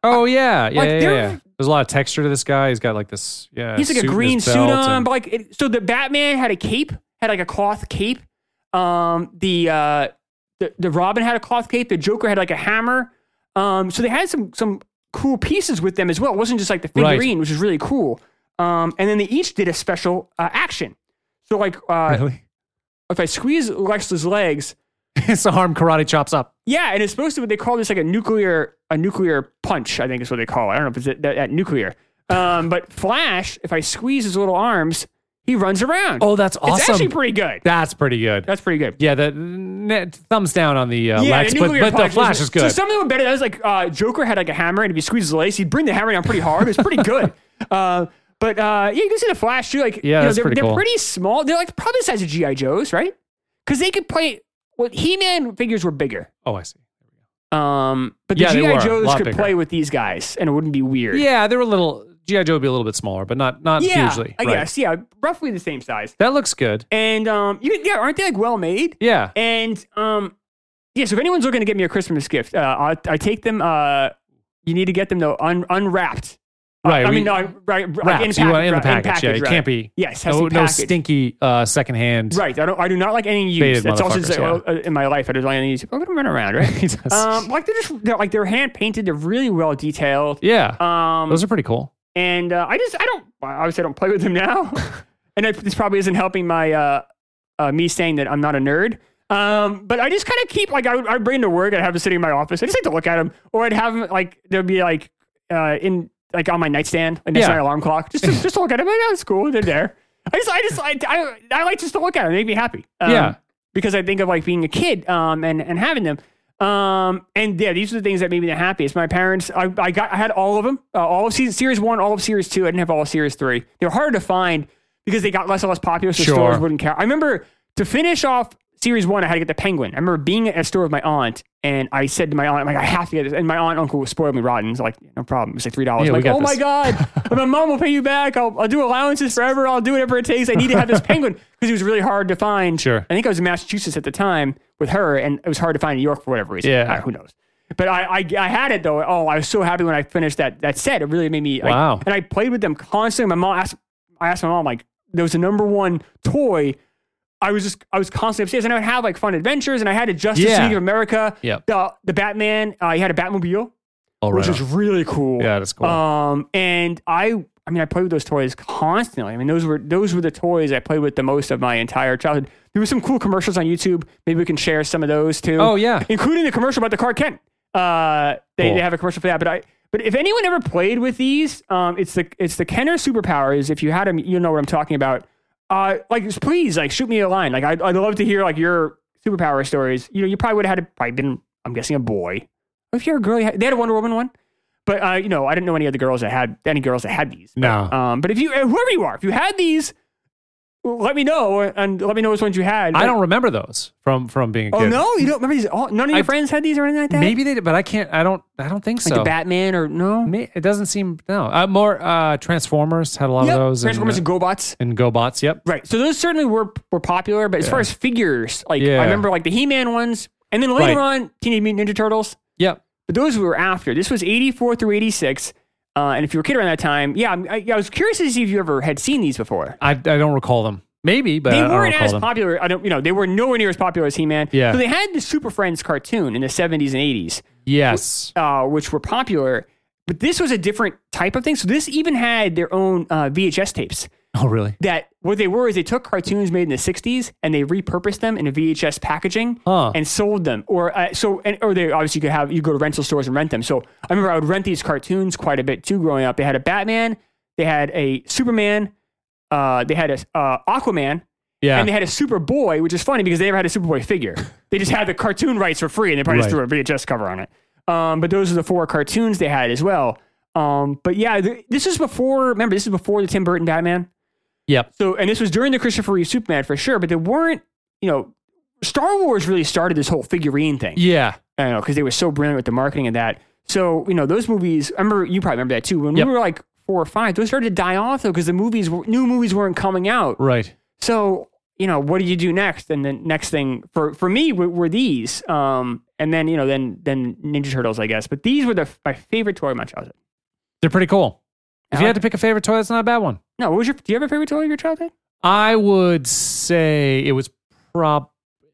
oh yeah, yeah,
like,
yeah,
they're-
yeah. There's a lot of texture to this guy. He's got like this. Yeah,
He's like
suit
a
and
green
his
suit
belt
on,
and-
but like it, so the Batman had a cape, had like a cloth cape. Um, the uh, the the Robin had a cloth cape. The Joker had like a hammer. Um, so they had some some cool pieces with them as well. It wasn't just like the
Right.
figurine, which is really cool. Um, and then they each did a special uh, action. So like uh,
really,
if I squeeze Lex's legs,
his arm karate chops up.
yeah, and it's supposed to what they call this like a nuclear a nuclear punch. I think is what they call it. I don't know if it's that, that, that nuclear. Um, but Flash, if I squeeze his little arms, he runs around.
Oh, that's awesome.
It's actually pretty good.
That's pretty good.
That's pretty good.
yeah, the ne- thumbs down on the uh,
Yeah,
Lex,
the
but,
nuclear
but the
punch
Flash is
So
good.
some of them were better. That was like uh, Joker had like a hammer, and if you squeeze his lace, he'd bring the hammer down pretty hard. It was pretty good. uh, but uh, yeah, you can see the Flash too. Like,
Yeah,
you know,
that's
they're,
pretty
they're
cool.
pretty small. They're like probably the size of GI Joes, right? Because they could play. Well, He-Man figures were bigger.
oh, I see.
Um, but the
Yeah, they were,
GI
a
Joes
lot
could
bigger.
play with these guys, and it wouldn't be weird.
Yeah, they were a little. GI Joe would be a little bit smaller, but not not
yeah,
hugely.
I
right.
guess. Yeah, roughly the same size.
that looks good.
And um, you, yeah, aren't they like well made?
Yeah,
And um, yeah, so if anyone's looking to get me a Christmas gift, uh, I, I take them. Uh, you need to get them though un, unwrapped. Uh,
Right,
I
we-
mean, no, right, right,
wraps.
in
you
package,
want it in the
right,
package? yeah, it
right.
can't be.
Yes, has
No,
to be
no
packaged.
stinky uh, secondhand.
Right, I don't. I do not like any use.
Faded
That's also
motherfuckers,
just,
yeah.
uh, in my life. I just like any use. I'm gonna run around, right?
He does.
um, like they're just they're, like they're hand painted. They're really well detailed.
yeah,
Um,
those are pretty cool.
and uh, I just I don't well, obviously I don't play with them now, and it, this probably isn't helping my uh, uh, me saying that I'm not a nerd. Um, but I just kind of keep like I would, I'd bring them to work. I'd have them sitting in my office. I just like to look at them, or I'd have them like there'd be like uh, in like on my nightstand, like next
Yeah.
to my alarm clock, just to, just to look at them. Like, oh, it's cool. They're there. I just I just I, I, I like just to look at them. They make me happy. Um,
Yeah.
because I think of like being a kid um, and and having them. Um, and yeah, these are the things that made me the happiest. My parents, I, I got, I had all of them, uh, all of series, series one, all of series two. I didn't have all of series three. They were harder to find because they got less and less popular. So
Sure.
stores wouldn't care. I remember to finish off series one, I had to get the penguin. I remember being at a store with my aunt and I said to my aunt, I'm like, I have to get this. And my aunt and uncle spoiled me rotten. It's like, no problem. It's like $3.
Yeah,
I'm
we
like,
got
oh my
this."
God, my mom will pay you back. I'll, I'll do allowances forever. I'll do whatever it takes. I need to have this penguin because it was really hard to find.
Sure.
I think I was in Massachusetts at the time with her, and it was hard to find in New York for whatever reason.
Yeah.
Uh, who knows? But I, I, I had it though. Oh, I was so happy when I finished that that set. It really made me like,
Wow.
And I played with them constantly. My mom asked, I asked my mom like, there was a number one toy. I was just, I was constantly upstairs, and I would have like fun adventures, and I had a Justice
Yeah.
League of America,
Yep.
the the Batman. Uh, he had a Batmobile,
All
which
Oh, right.
is really cool.
Yeah, that's cool.
Um, and I, I mean, I played with those toys constantly. I mean, those were those were the toys I played with the most of my entire childhood. There were some cool commercials on YouTube. Maybe we can share some of those too.
Oh, yeah.
including the commercial about the car Kent. Uh, they,
Cool.
they have a commercial for that. But I, but if anyone ever played with these, um, it's the it's the Kenner superpowers. If you had them, you know what I'm talking about. Uh, like just please, like shoot me a line. Like I'd, I'd love to hear like your superpower stories. You know, you probably would have had a, probably been. I'm guessing a boy. If you're a girl, you had, they had a Wonder Woman one. But uh, you know, I didn't know any other girls that had any girls that had these.
No.
Um, but if you, whoever you are, if you had these, let me know and let me know which ones you had.
I don't remember those from from being a
Oh
kid.
no, you don't remember these? Oh, none of your
I-
friends had these or anything like that.
Maybe they did, but I can't. I don't. I don't think so.
like the Batman or no.
Ma- it doesn't seem no. Uh, more uh, Transformers had a lot
Yep,
of those.
Transformers
and,
and GoBots.
uh, and GoBots. Yep.
Right. So those certainly were were popular, but as far as figures, like
Yeah.
I remember like the He-Man ones, and then later
Right.
on Teenage Mutant Ninja Turtles.
Yep.
But those we were after. This was 84 through 86. Uh, and if you were a kid around that time, yeah, I'm- I, I was curious to see if you ever had seen these before.
I, I don't recall them. Maybe, but
They
Uh, I don't
weren't
recall
as
them.
popular. I don't, you know, they were nowhere near as popular as He-Man.
Yeah.
So they had the Super Friends cartoon in the 70s and 80s,
yes.
uh, which were popular. But this was a different type of thing. So this even had their own uh, VHS tapes.
Oh really?
That what they were is they took cartoons made in the 60s and they repurposed them into VHS packaging
Huh.
and sold them. Or uh, so, and, or they obviously could have you go to rental stores and rent them. So I remember I would rent these cartoons quite a bit too growing up. They had a Batman, they had a Superman, uh, they had a uh, Aquaman,
Yeah.
and they had a Superboy, which is funny because they never had a Superboy figure. they just had the cartoon rights for free, and they probably just threw
Right.
a VHS cover on it. Um, but those are the four cartoons they had as well. Um, but yeah, th- this is before. Remember, this is before the Tim Burton Batman.
yep.
So, and this was during the Christopher Reeve Superman for sure. But there weren't, you know, Star Wars really started this whole figurine thing.
Yeah.
I don't know because they were so brilliant with the marketing of that. So you know those movies. I remember you probably remember that too. When
Yep.
we were like four or five, those started to die off though because the movies, were- new movies, weren't coming out.
Right.
So you know what do you do next? And then next thing for for me were, were these. Um, and then you know then then Ninja Turtles, I guess. But these were the my favorite toy of my childhood.
They're pretty cool. If you
I
had to
like-
pick a favorite toy, that's not a bad one.
No, what was your? Do you have a favorite toy of your childhood?
I would say it was prob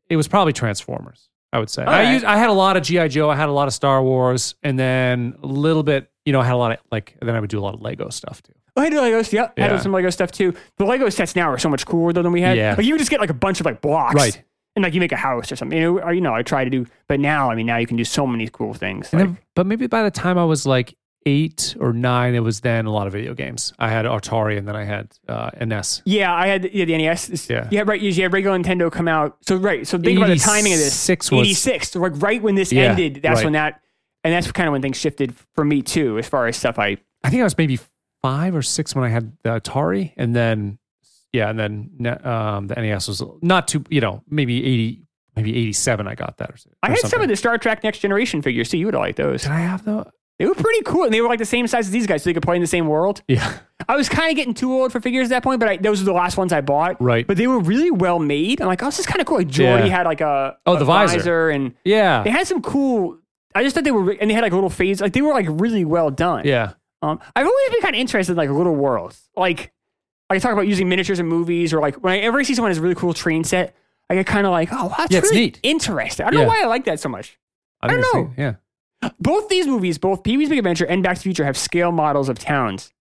it was probably Transformers. I would say I
right.
used I had a lot of GI Joe, I had a lot of Star Wars, and then a little bit, you know, I had a lot of like. Then I would do a lot of Lego stuff too.
Oh, I had Legos. Yep, I
Yeah.
had some Lego stuff too. The Lego sets now are so much cooler though than we had.
Yeah.
Like you would just get like a bunch of like blocks,
Right.
And like you make a house or something. You know, or, you know, I try to do, but now I mean, now you can do so many cool things.
And
Like,
then, but maybe by the time I was like eight or nine, it was then a lot of video games. I had Atari, and then I had uh, NS.
yeah, I had yeah, the NES.
Yeah.
yeah, right. You had regular Nintendo come out. So right, so think about the timing of this.
86 was-
eighty six. So like right when this
Yeah,
ended, that's
right.
when that, and that's kind of when things shifted for me too, as far as stuff I.
I think I was maybe five or six when I had the Atari, and then yeah, and then ne- um, the NES was not too, you know, maybe eighty, maybe eighty-seven. I got that. Or,
I had some of
the.
the Star Trek Next Generation figures too. You would have liked those.
Did I have though?
They were pretty cool, and they were like the same size as these guys, so they could play in the same world.
Yeah.
I was kind of getting too old for figures at that point, but I, those were the last ones I bought.
Right.
But they were really well made. I'm like, oh, this is kind of cool. Like Jordy
Yeah.
had like a
Oh,
a
the visor.
and
Yeah.
they had some cool. I just thought they were, re- and they had like little fades. Like they were like really well done.
Yeah.
Um, I've always been kind of interested in like little worlds. Like I talk about using miniatures in movies, or like whenever I see someone has a really cool train set, I get kind of like, oh, wow, that's
Yeah, it's
really
neat.
interesting. I don't
Yeah.
know why I like that so much. I
think
don't
it's
know.
neat. Yeah.
Both these movies, both Pee Wee's Big Adventure and Back to the Future, have scale models of towns,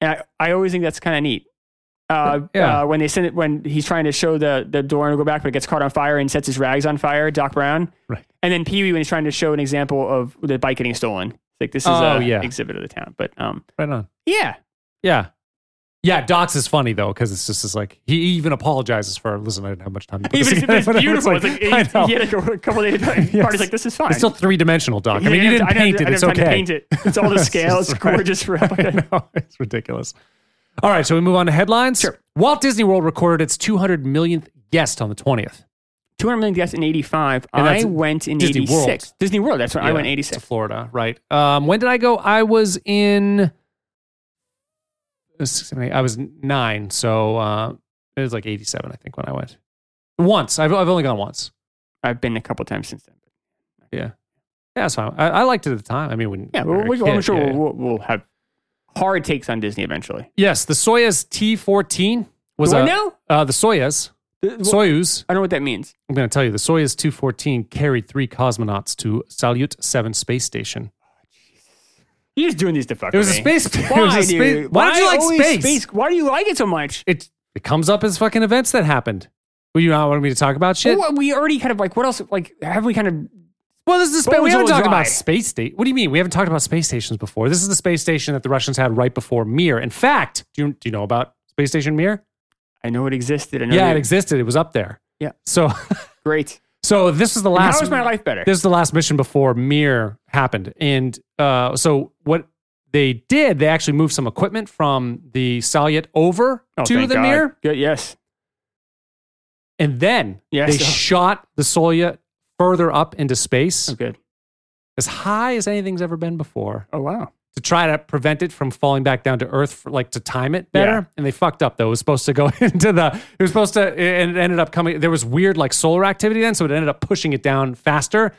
and I, I always think that's kind of neat. Uh,
Yeah.
uh, when they send it, when he's trying to show the the door and go back, but it gets caught on fire and sets his rags on fire, Doc Brown.
Right.
And then Pee Wee when he's trying to show an example of the bike getting stolen. It's like this is
Oh,
a
yeah.
exhibit of the town, but um,
Right on.
yeah,
Yeah. Yeah, Docs is funny though because it's just it's like he even apologizes for. Listen, I didn't have much time. To put
even
this
if it's
together,"
beautiful, it's
whatever.
like,
It's like, I know.
he had like a couple days.
Yes.
Party's like this is fine.
It's still three dimensional, Doc. I mean, you
have
didn't
to- I
paint
have-
it.
I
It's
have time
okay.
to paint it. It's all the scale. it's
right.
gorgeous. replica.
I know. It's ridiculous. All right, so we move on to headlines.
Sure.
Walt Disney World recorded its 200 millionth guest on the 20th.
200 million guests in 85.
And that's
I went in
Disney
86.
World.
Disney World. That's when I
Yeah,
went
to
in 86.
Florida, right? Um, when did I go? I was in. it was six, seven, eight. I was nine, so uh, it was like 87, I think, when I went. Once. I've, I've only gone once.
I've been a couple times since then.
Yeah, that's fine. I, I liked it at the time. I mean, when
Yeah,
we were
we'll,
a
we I'm
kid,
sure
yeah, yeah.
We'll, we'll have hard takes on Disney eventually.
Yes, the Soyuz T14 was
Do I
a,
know?
Uh, the Soyuz. Soyuz.
I don't know what that means.
I'm going to tell you, the Soyuz 214 carried three cosmonauts to Salyut 7 space station.
You're just doing these to fuck
It was a
with me.
space. it
Why,
was a space-
dude?
Why, did you like
always
space?
Why do you like it so much?
It it comes up as fucking events that happened. Well, you not wanting me to talk about shit?
Well, we already kind of like, what else? Like, have we kind of.
Well, this is the space.
Well,
We
it's
haven't
all
talked
dry.
about space state. What do you mean? We haven't talked about space stations before. This is the space station that the Russians had right before Mir. In fact, do you, do you know about space station Mir?
I know it existed. I know
Yeah,
it
it existed. It was up there.
Yeah.
So
Great.
so this is the
And
last.
How is my life better?
This is the last mission before Mir happened, and uh, so what they did. They actually moved some equipment from the Salyut over
Oh,
to
thank
the
God.
mirror,
Good, yes.
and then
Yes.
they shot the Salyut further up into space,
Oh, good.
as high as anything's ever been before,
Oh, wow.
to try to prevent it from falling back down to Earth, for, like to time it better.
Yeah.
And they fucked up though. It was supposed to go into the. It was supposed to, and it ended up coming. There was weird like solar activity then, so it ended up pushing it down faster.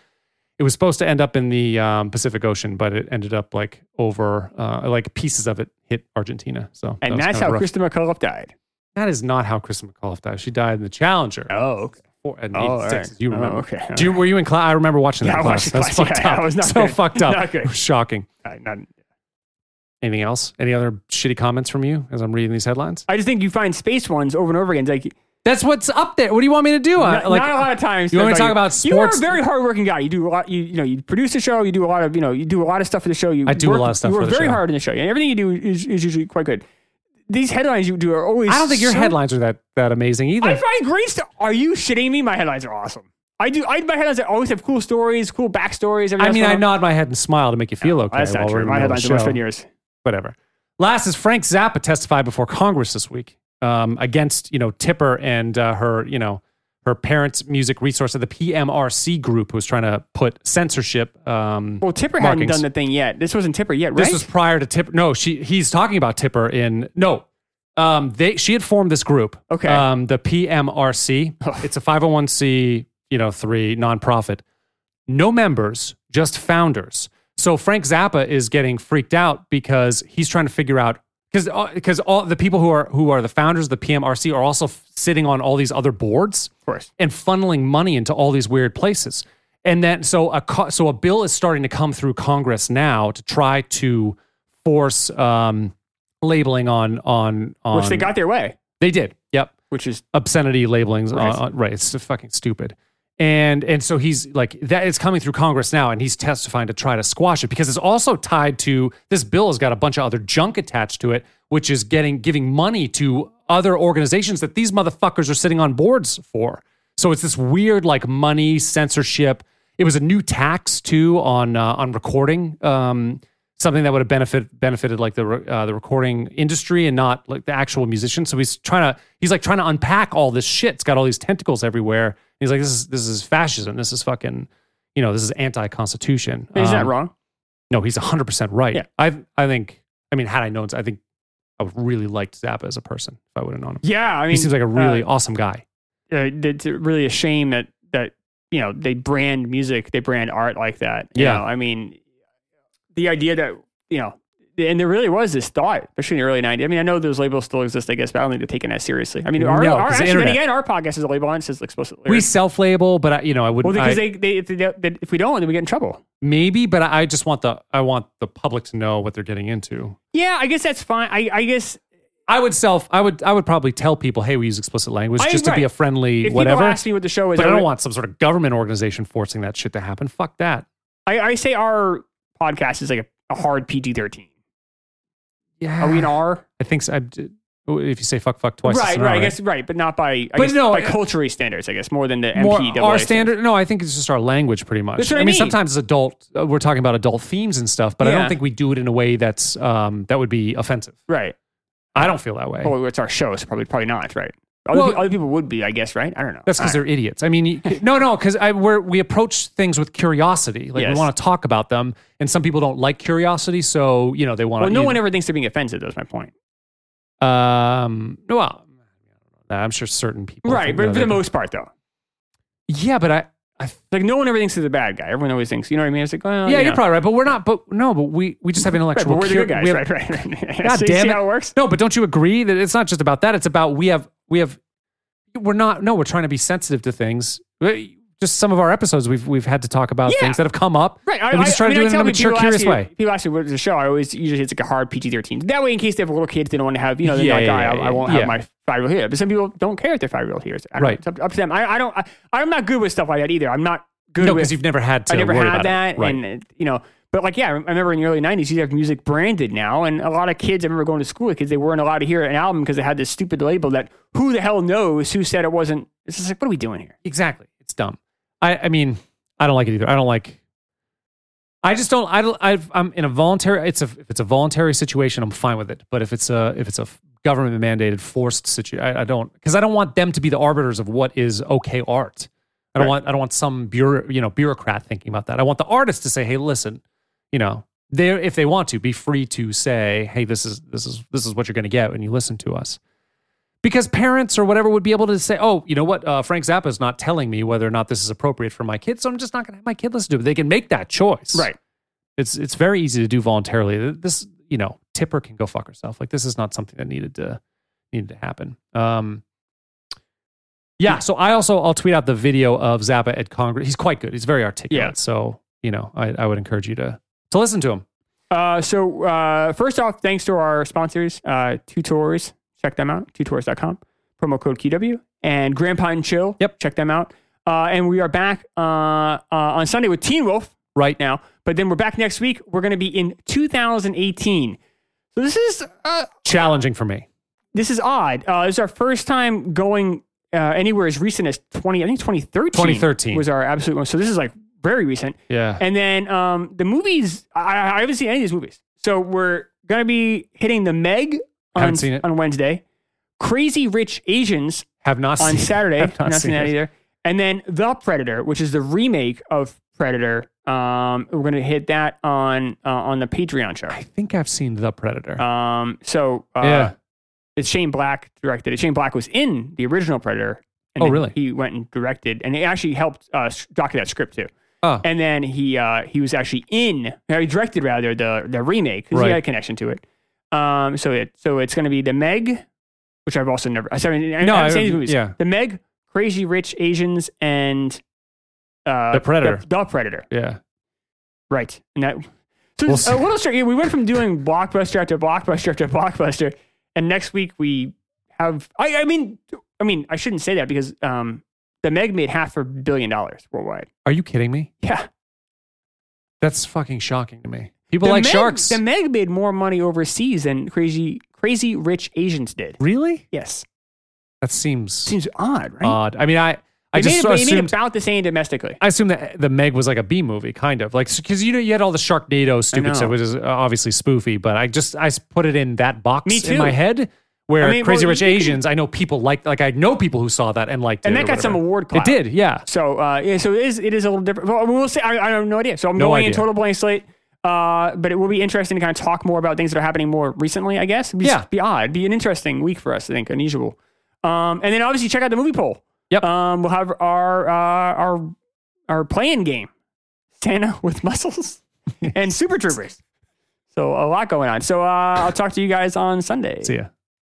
It was supposed to end up in the um, Pacific Ocean, but it ended up like over, uh, like pieces of it hit Argentina. So that
And
was
that's
kind of
how
rough.
Krista McCullough died.
That is not how Krista McAuliffe died. She died in the Challenger.
Oh, okay.
Four, in
Oh,
86,
alright.
as you
Oh,
remember?
okay.
Do you, were you in class? I remember watching that
Yeah, I
class.
watched the
That's
class.
fucked
Yeah,
up.
that was not
so
good.
fucked up.
Not good.
It was shocking.
All right, not-
Anything else? Any other shitty comments from you as I'm reading these headlines?
I just think you find space ones over and over again. It's like,
That's what's up there. What do you want me to do? Uh,
not, not a lot of times.
You want me to
they're
talk
like,
about
You are a
sports?
very hardworking guy. You do a lot. You, you know, you produce a show. You do a lot of you know. You do a lot of stuff for the show. You
I do a lot of stuff
You work
for the
very
show.
hard in the show, and everything you do is, is usually quite good. These headlines you do are always.
I don't think your
so-
headlines are that that amazing either.
I find great stuff. Are you shitting me? My headlines are awesome. I do. I my headlines always have cool stories, cool backstories.
I mean, I nod my head and smile to make you feel okay.
That's not
while we're
true.
in the
My
middle of
headlines
the
are worse
show.
than yours.
whatever. Last is Frank Zappa testified before Congress this week um, against you know Tipper and uh, her you know her parents' music resource of the PMRC group who was trying to put censorship. Um,
Well, Tipper
markings.
hadn't done the thing yet. This wasn't Tipper yet, right?
this was prior to Tipper. No, she he's talking about Tipper in no. Um, they she had formed this group.
Okay.
Um, the PMRC. it's a 501c you know three nonprofit. No members, just founders. So Frank Zappa is getting freaked out because he's trying to figure out because because all the people who are who are the founders of the PMRC are also f- sitting on all these other boards
of course.
and funneling money into all these weird places. And then so a co- so a bill is starting to come through Congress now to try to force um, labeling on on on.
Which they got their way.
They did. Yep.
Which is
Obscenity labelings.
Right.
Right. On, right. It's fucking stupid. And and so he's like that. It's coming through Congress now, and he's testifying to try to squash it because it's also tied to this bill has got a bunch of other junk attached to it, which is getting giving money to other organizations that these motherfuckers are sitting on boards for. So it's this weird like money censorship. It was a new tax too on uh, on recording, um, something that would have benefit benefited like the re- uh, the recording industry and not like the actual musician. So he's trying to he's like trying to unpack all this shit. It's got all these tentacles everywhere. He's like this is this is fascism. This is fucking you know this is anti constitution.
he's not wrong.
No, he's 100% right.
Yeah.
I I think I mean had I known I think I would really liked Zappa as a person if I would have known him.
Yeah, I mean,
he seems like a really awesome guy.
uh, it's really a shame that that you know they brand music, they brand art like that. you
Yeah.
know? I mean, the idea that you know, and there really was this thought, especially in the early '90s. I mean, I know those labels still exist, I guess, but I don't think they're taken that seriously. I mean, our,
No,
our
'cause the
actually, then
internet.
again, our podcast is a label on it says explicitly.
We self label, but I, you know I
well,
wouldn't.
because
I-
they, they, if, they don't- if we don't, then we get in trouble.
maybe, but I I just want the I want the public to know what they're getting into.
Yeah, I guess that's fine. I, I guess
I would self I would I would probably tell people, hey, we use explicit language
I-
just to be
right.
a friendly
if
whatever.
people ask me what the show is,
but I don't
would-
want some sort of government organization forcing that shit to happen. Fuck that.
I, I say our podcast is like a, a hard PG thirteen.
Yeah,
Are we an R?
I think so. I, if you say fuck, fuck twice, it's
right,
an
right.
R,
I guess right, but not by. I
But
guess,
no,
by
I-
culturally standards, I guess more than the
more
MPAA.
our standard. No, I think it's just our language, pretty much.
That's what I
mean,
mean.
sometimes it's adult. uh, We're talking about adult themes and stuff, but I
Yeah.
don't think we do it in a way that's um, that would be offensive.
right?
I don't feel that way.
Well, it's our show, so probably probably not, right? Other,
Well-
pe- other people would be, I guess, right? I don't know.
That's because they're idiots. I mean, you- no, no, because I we're, we approach things with curiosity. Like
Yes.
we want to talk about them, and some people don't like curiosity, so you know they want
well,
to.
no one ever thinks they're being offensive. That's my point.
Um. Well, I'm sure certain people.
Right,
think
but
that
for
they-
the most part, though,
Yeah, but I. I
like no one ever thinks they're the bad guy. Everyone always thinks, you know what I mean? It's like, well,
yeah,
you
you're
know.
probably right, but we're not. But no, but we we just have
Oh, Right,
intellectual.
but we're the good
cur-
guys,
we have-
right? Right, right.
God
see,
damn
see
it.
how it works?
No, but don't you agree that it's not just about that? It's about we have we have we're not no, we're trying to be sensitive to things. We- Just some of our episodes we've we've had to talk about
Yeah.
things that have come up.
Right.
And we just try to
mean,
do it in
tell
a
people-
mature,
people
curious
ask me,
way.
People ask me what's the show. I always usually it's like a hard PG thirteen. That way, in case they have little kids, they don't want to have you know they're
Yeah,
like,
yeah,
"Oh,
yeah,
I, I won't
yeah.
have my five year old here. But some people don't care if they're five year old here. It's- I don't know.
Right.
It's up, up to them. I, I don't. I, I'm not good with stuff like that either. I'm not good
No,
with.
because you've never had to.
I never
worry
had
about it.
that,
Right.
and uh, you know. But like, yeah, I remember in the early '90s, you have music branded now, and a lot of kids. I remember going to school because they weren't allowed to hear an album because it had this stupid label that who the hell knows who said it wasn't. It's just like, what are we doing here?
Exactly. It's dumb. I, I mean, I don't like it either. I don't like I just don't. I don't. I've, I'm in a voluntary. It's a if it's a voluntary situation, I'm fine with it. But if it's a if it's a government mandated forced situation, I, I don't because I don't want them to be the arbiters of what is okay art. I don't
Right.
want I don't want some bureau you know bureaucrat thinking about that. I want the artist to say, hey, listen, you know, they are if they want to be free to say, hey, this is this is this is what you're going to get when you listen to us. Because parents or whatever would be able to say, "Oh, you know what? Uh, Frank Zappa is not telling me whether or not this is appropriate for my kid, so I'm just not going to have my kid listen to it." They can make that choice,
Right.
it's it's very easy to do voluntarily. This, you know, Tipper can go fuck herself. Like this is not something that needed to needed to happen. Um, yeah. So I also I'll tweet out the video of Zappa at Congress. He's quite good. He's very articulate.
Yeah.
So you know, I, I would encourage you to to listen to him.
Uh, so uh, first off, thanks to our sponsors, uh, Tutors. Check them out, tutors.com. Promo code QW and Grand Pine Chill.
Yep.
Check them out. Uh, and we are back uh, uh, on Sunday with Teen Wolf
Right now,
now, but then we're back next week. We're going to be in 2018. So this is uh,
challenging for me.
this is odd. Uh, this is our first time going uh, anywhere as recent as 20. I think 2013.
2013.
was our absolute most. So this is like very recent.
Yeah.
And then um, the movies, I, I haven't seen any of these movies. So we're gonna be hitting the Meg on,
Haven't seen it.
on Wednesday, Crazy Rich Asians
Have not
on
seen,
Saturday.
have
not, seen that
it.
either. And then The Predator, which is the remake of Predator. Um, we're gonna hit that on uh, on the Patreon
I
show.
think I've seen The Predator.
Um, so uh,
yeah.
it's Shane Black directed it. Shane Black was in the original Predator. And
Oh,
then
really?
He went and directed, and he actually helped uh, s- docu that script too.
Oh.
And then he uh, he was actually in, or he directed rather the the remake. 'cause
Right.
He had a connection to it. Um, so it so it's going to be the Meg, which I've also never. I haven't, I
No,
haven't
I-
seen these movies.
yeah.
the Meg, Crazy Rich Asians, and uh,
The Predator.
The, The Predator,
yeah.
right? And that. So
We'll
uh,
see.
what else are- yeah, we went from doing blockbuster after blockbuster after blockbuster, and next week we have. I I mean I mean I shouldn't say that because um, the Meg made half a billion dollars worldwide.
Are you kidding me?
Yeah.
That's fucking shocking to me. People
The
like
Meg-
sharks.
The Meg made more money overseas than crazy, crazy rich Asians did.
really?
Yes,
That seems
seems odd, right?
odd. I mean, I Uh, I
they,
just
made, they made
assumed
about the same domestically.
I assume that the Meg was like a B movie, kind of like because you know you had all the Sharknado
know.
stupid stuff, which is uh, obviously spoofy. But I just I s- put it in that box
Me too.
in my head where
I mean,
Crazy
well,
Rich
you can-
Asians. I know people like like I know people who saw that and liked it,
And that
or
got some
whatever.
award clout.
It did, yeah.
So uh, yeah, so it is it is a little different. Well, we'll see. I, I have no idea. So I'm
No
going in
idea.
total blank slate. Uh, but it will be interesting to kind of talk more about things that are happening more recently. I guess. It'd be,
Yeah.
Be odd. It'd be an interesting week for us. I think unusual. Um, and then obviously check out the movie poll.
Yep.
Um, we'll have our uh, our our playing game, Santa with muscles, and Super Troopers. So a lot going on. So uh, I'll talk to you guys on Sunday.
See ya.